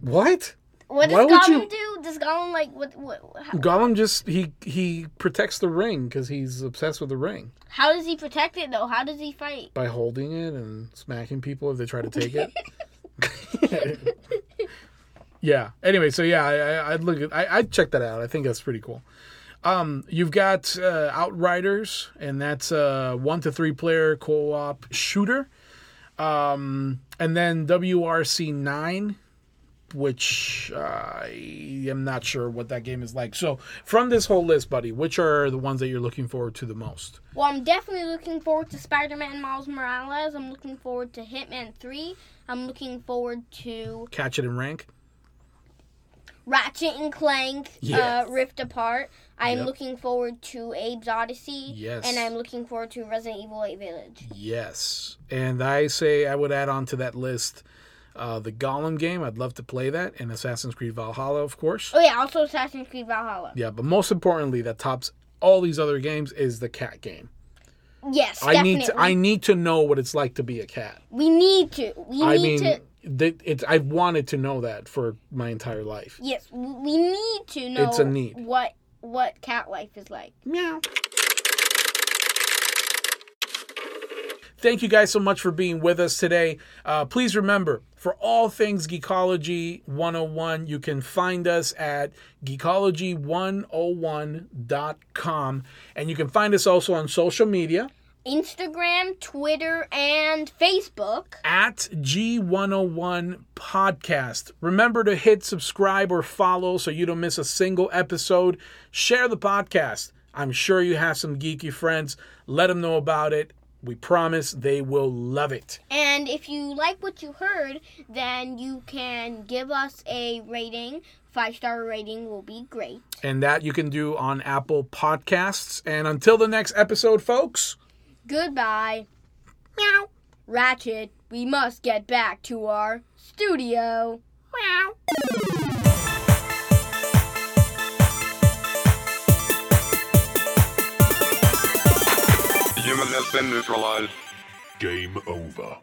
[SPEAKER 2] What?
[SPEAKER 1] What
[SPEAKER 2] Why
[SPEAKER 1] does
[SPEAKER 2] would
[SPEAKER 1] Gollum
[SPEAKER 2] you-
[SPEAKER 1] do? Does Gollum like what? what how,
[SPEAKER 2] Gollum just he he protects the ring because he's obsessed with the ring
[SPEAKER 1] how does he protect it though? How does he fight?
[SPEAKER 2] by holding it and smacking people if they try to take it. yeah. Anyway, so yeah, I, I, I'd look. At, I, I'd check that out. I think that's pretty cool. Um, you've got uh, Outriders, and that's a one to three player co-op shooter. Um, and then WRC nine, which uh, I am not sure what that game is like. So from this whole list, buddy, which are the ones that you're looking forward to the most?
[SPEAKER 1] Well, I'm definitely looking forward to Spider-Man Miles Morales. I'm looking forward to Hitman Three. I'm looking forward to
[SPEAKER 2] Catch it and rank.
[SPEAKER 1] Ratchet and Clank
[SPEAKER 2] Yes.
[SPEAKER 1] uh, Rift Apart. I'm
[SPEAKER 2] Yep.
[SPEAKER 1] looking forward to Abe's Odyssey.
[SPEAKER 2] Yes.
[SPEAKER 1] And I'm looking forward to Resident Evil 8 Village.
[SPEAKER 2] Yes. And I say I would add on to that list uh, the Gollum game. I'd love to play that. And Assassin's Creed Valhalla, of course.
[SPEAKER 1] Oh yeah, also Assassin's Creed Valhalla.
[SPEAKER 2] Yeah, but most importantly, that tops all these other games is the cat game.
[SPEAKER 1] Yes,
[SPEAKER 2] I
[SPEAKER 1] definitely.
[SPEAKER 2] need to, I need to know what it's like to be a cat.
[SPEAKER 1] we need to. We
[SPEAKER 2] I
[SPEAKER 1] need
[SPEAKER 2] mean,
[SPEAKER 1] to.
[SPEAKER 2] that it's I've wanted to know that for my entire life.
[SPEAKER 1] Yes, we we need to know
[SPEAKER 2] It's a need.
[SPEAKER 1] what what cat life is like.
[SPEAKER 2] Meow. Thank you guys so much for being with us today. Uh, please remember, for all things Geekology 101, you can find us at geekology101.com. And you can find us also on social media
[SPEAKER 1] Instagram, Twitter, and Facebook.
[SPEAKER 2] at G101 Podcast. Remember to hit subscribe or follow so you don't miss a single episode. Share the podcast. I'm sure you have some geeky friends. Let them know about it. We promise they will love it.
[SPEAKER 1] And if you like what you heard, then you can give us a rating. Five star rating will be great.
[SPEAKER 2] And that you can do on Apple Podcasts. And until the next episode, folks.
[SPEAKER 1] Goodbye. Meow. Ratchet, we must get back to our studio. Meow.
[SPEAKER 3] Human has been neutralized.
[SPEAKER 4] Game over.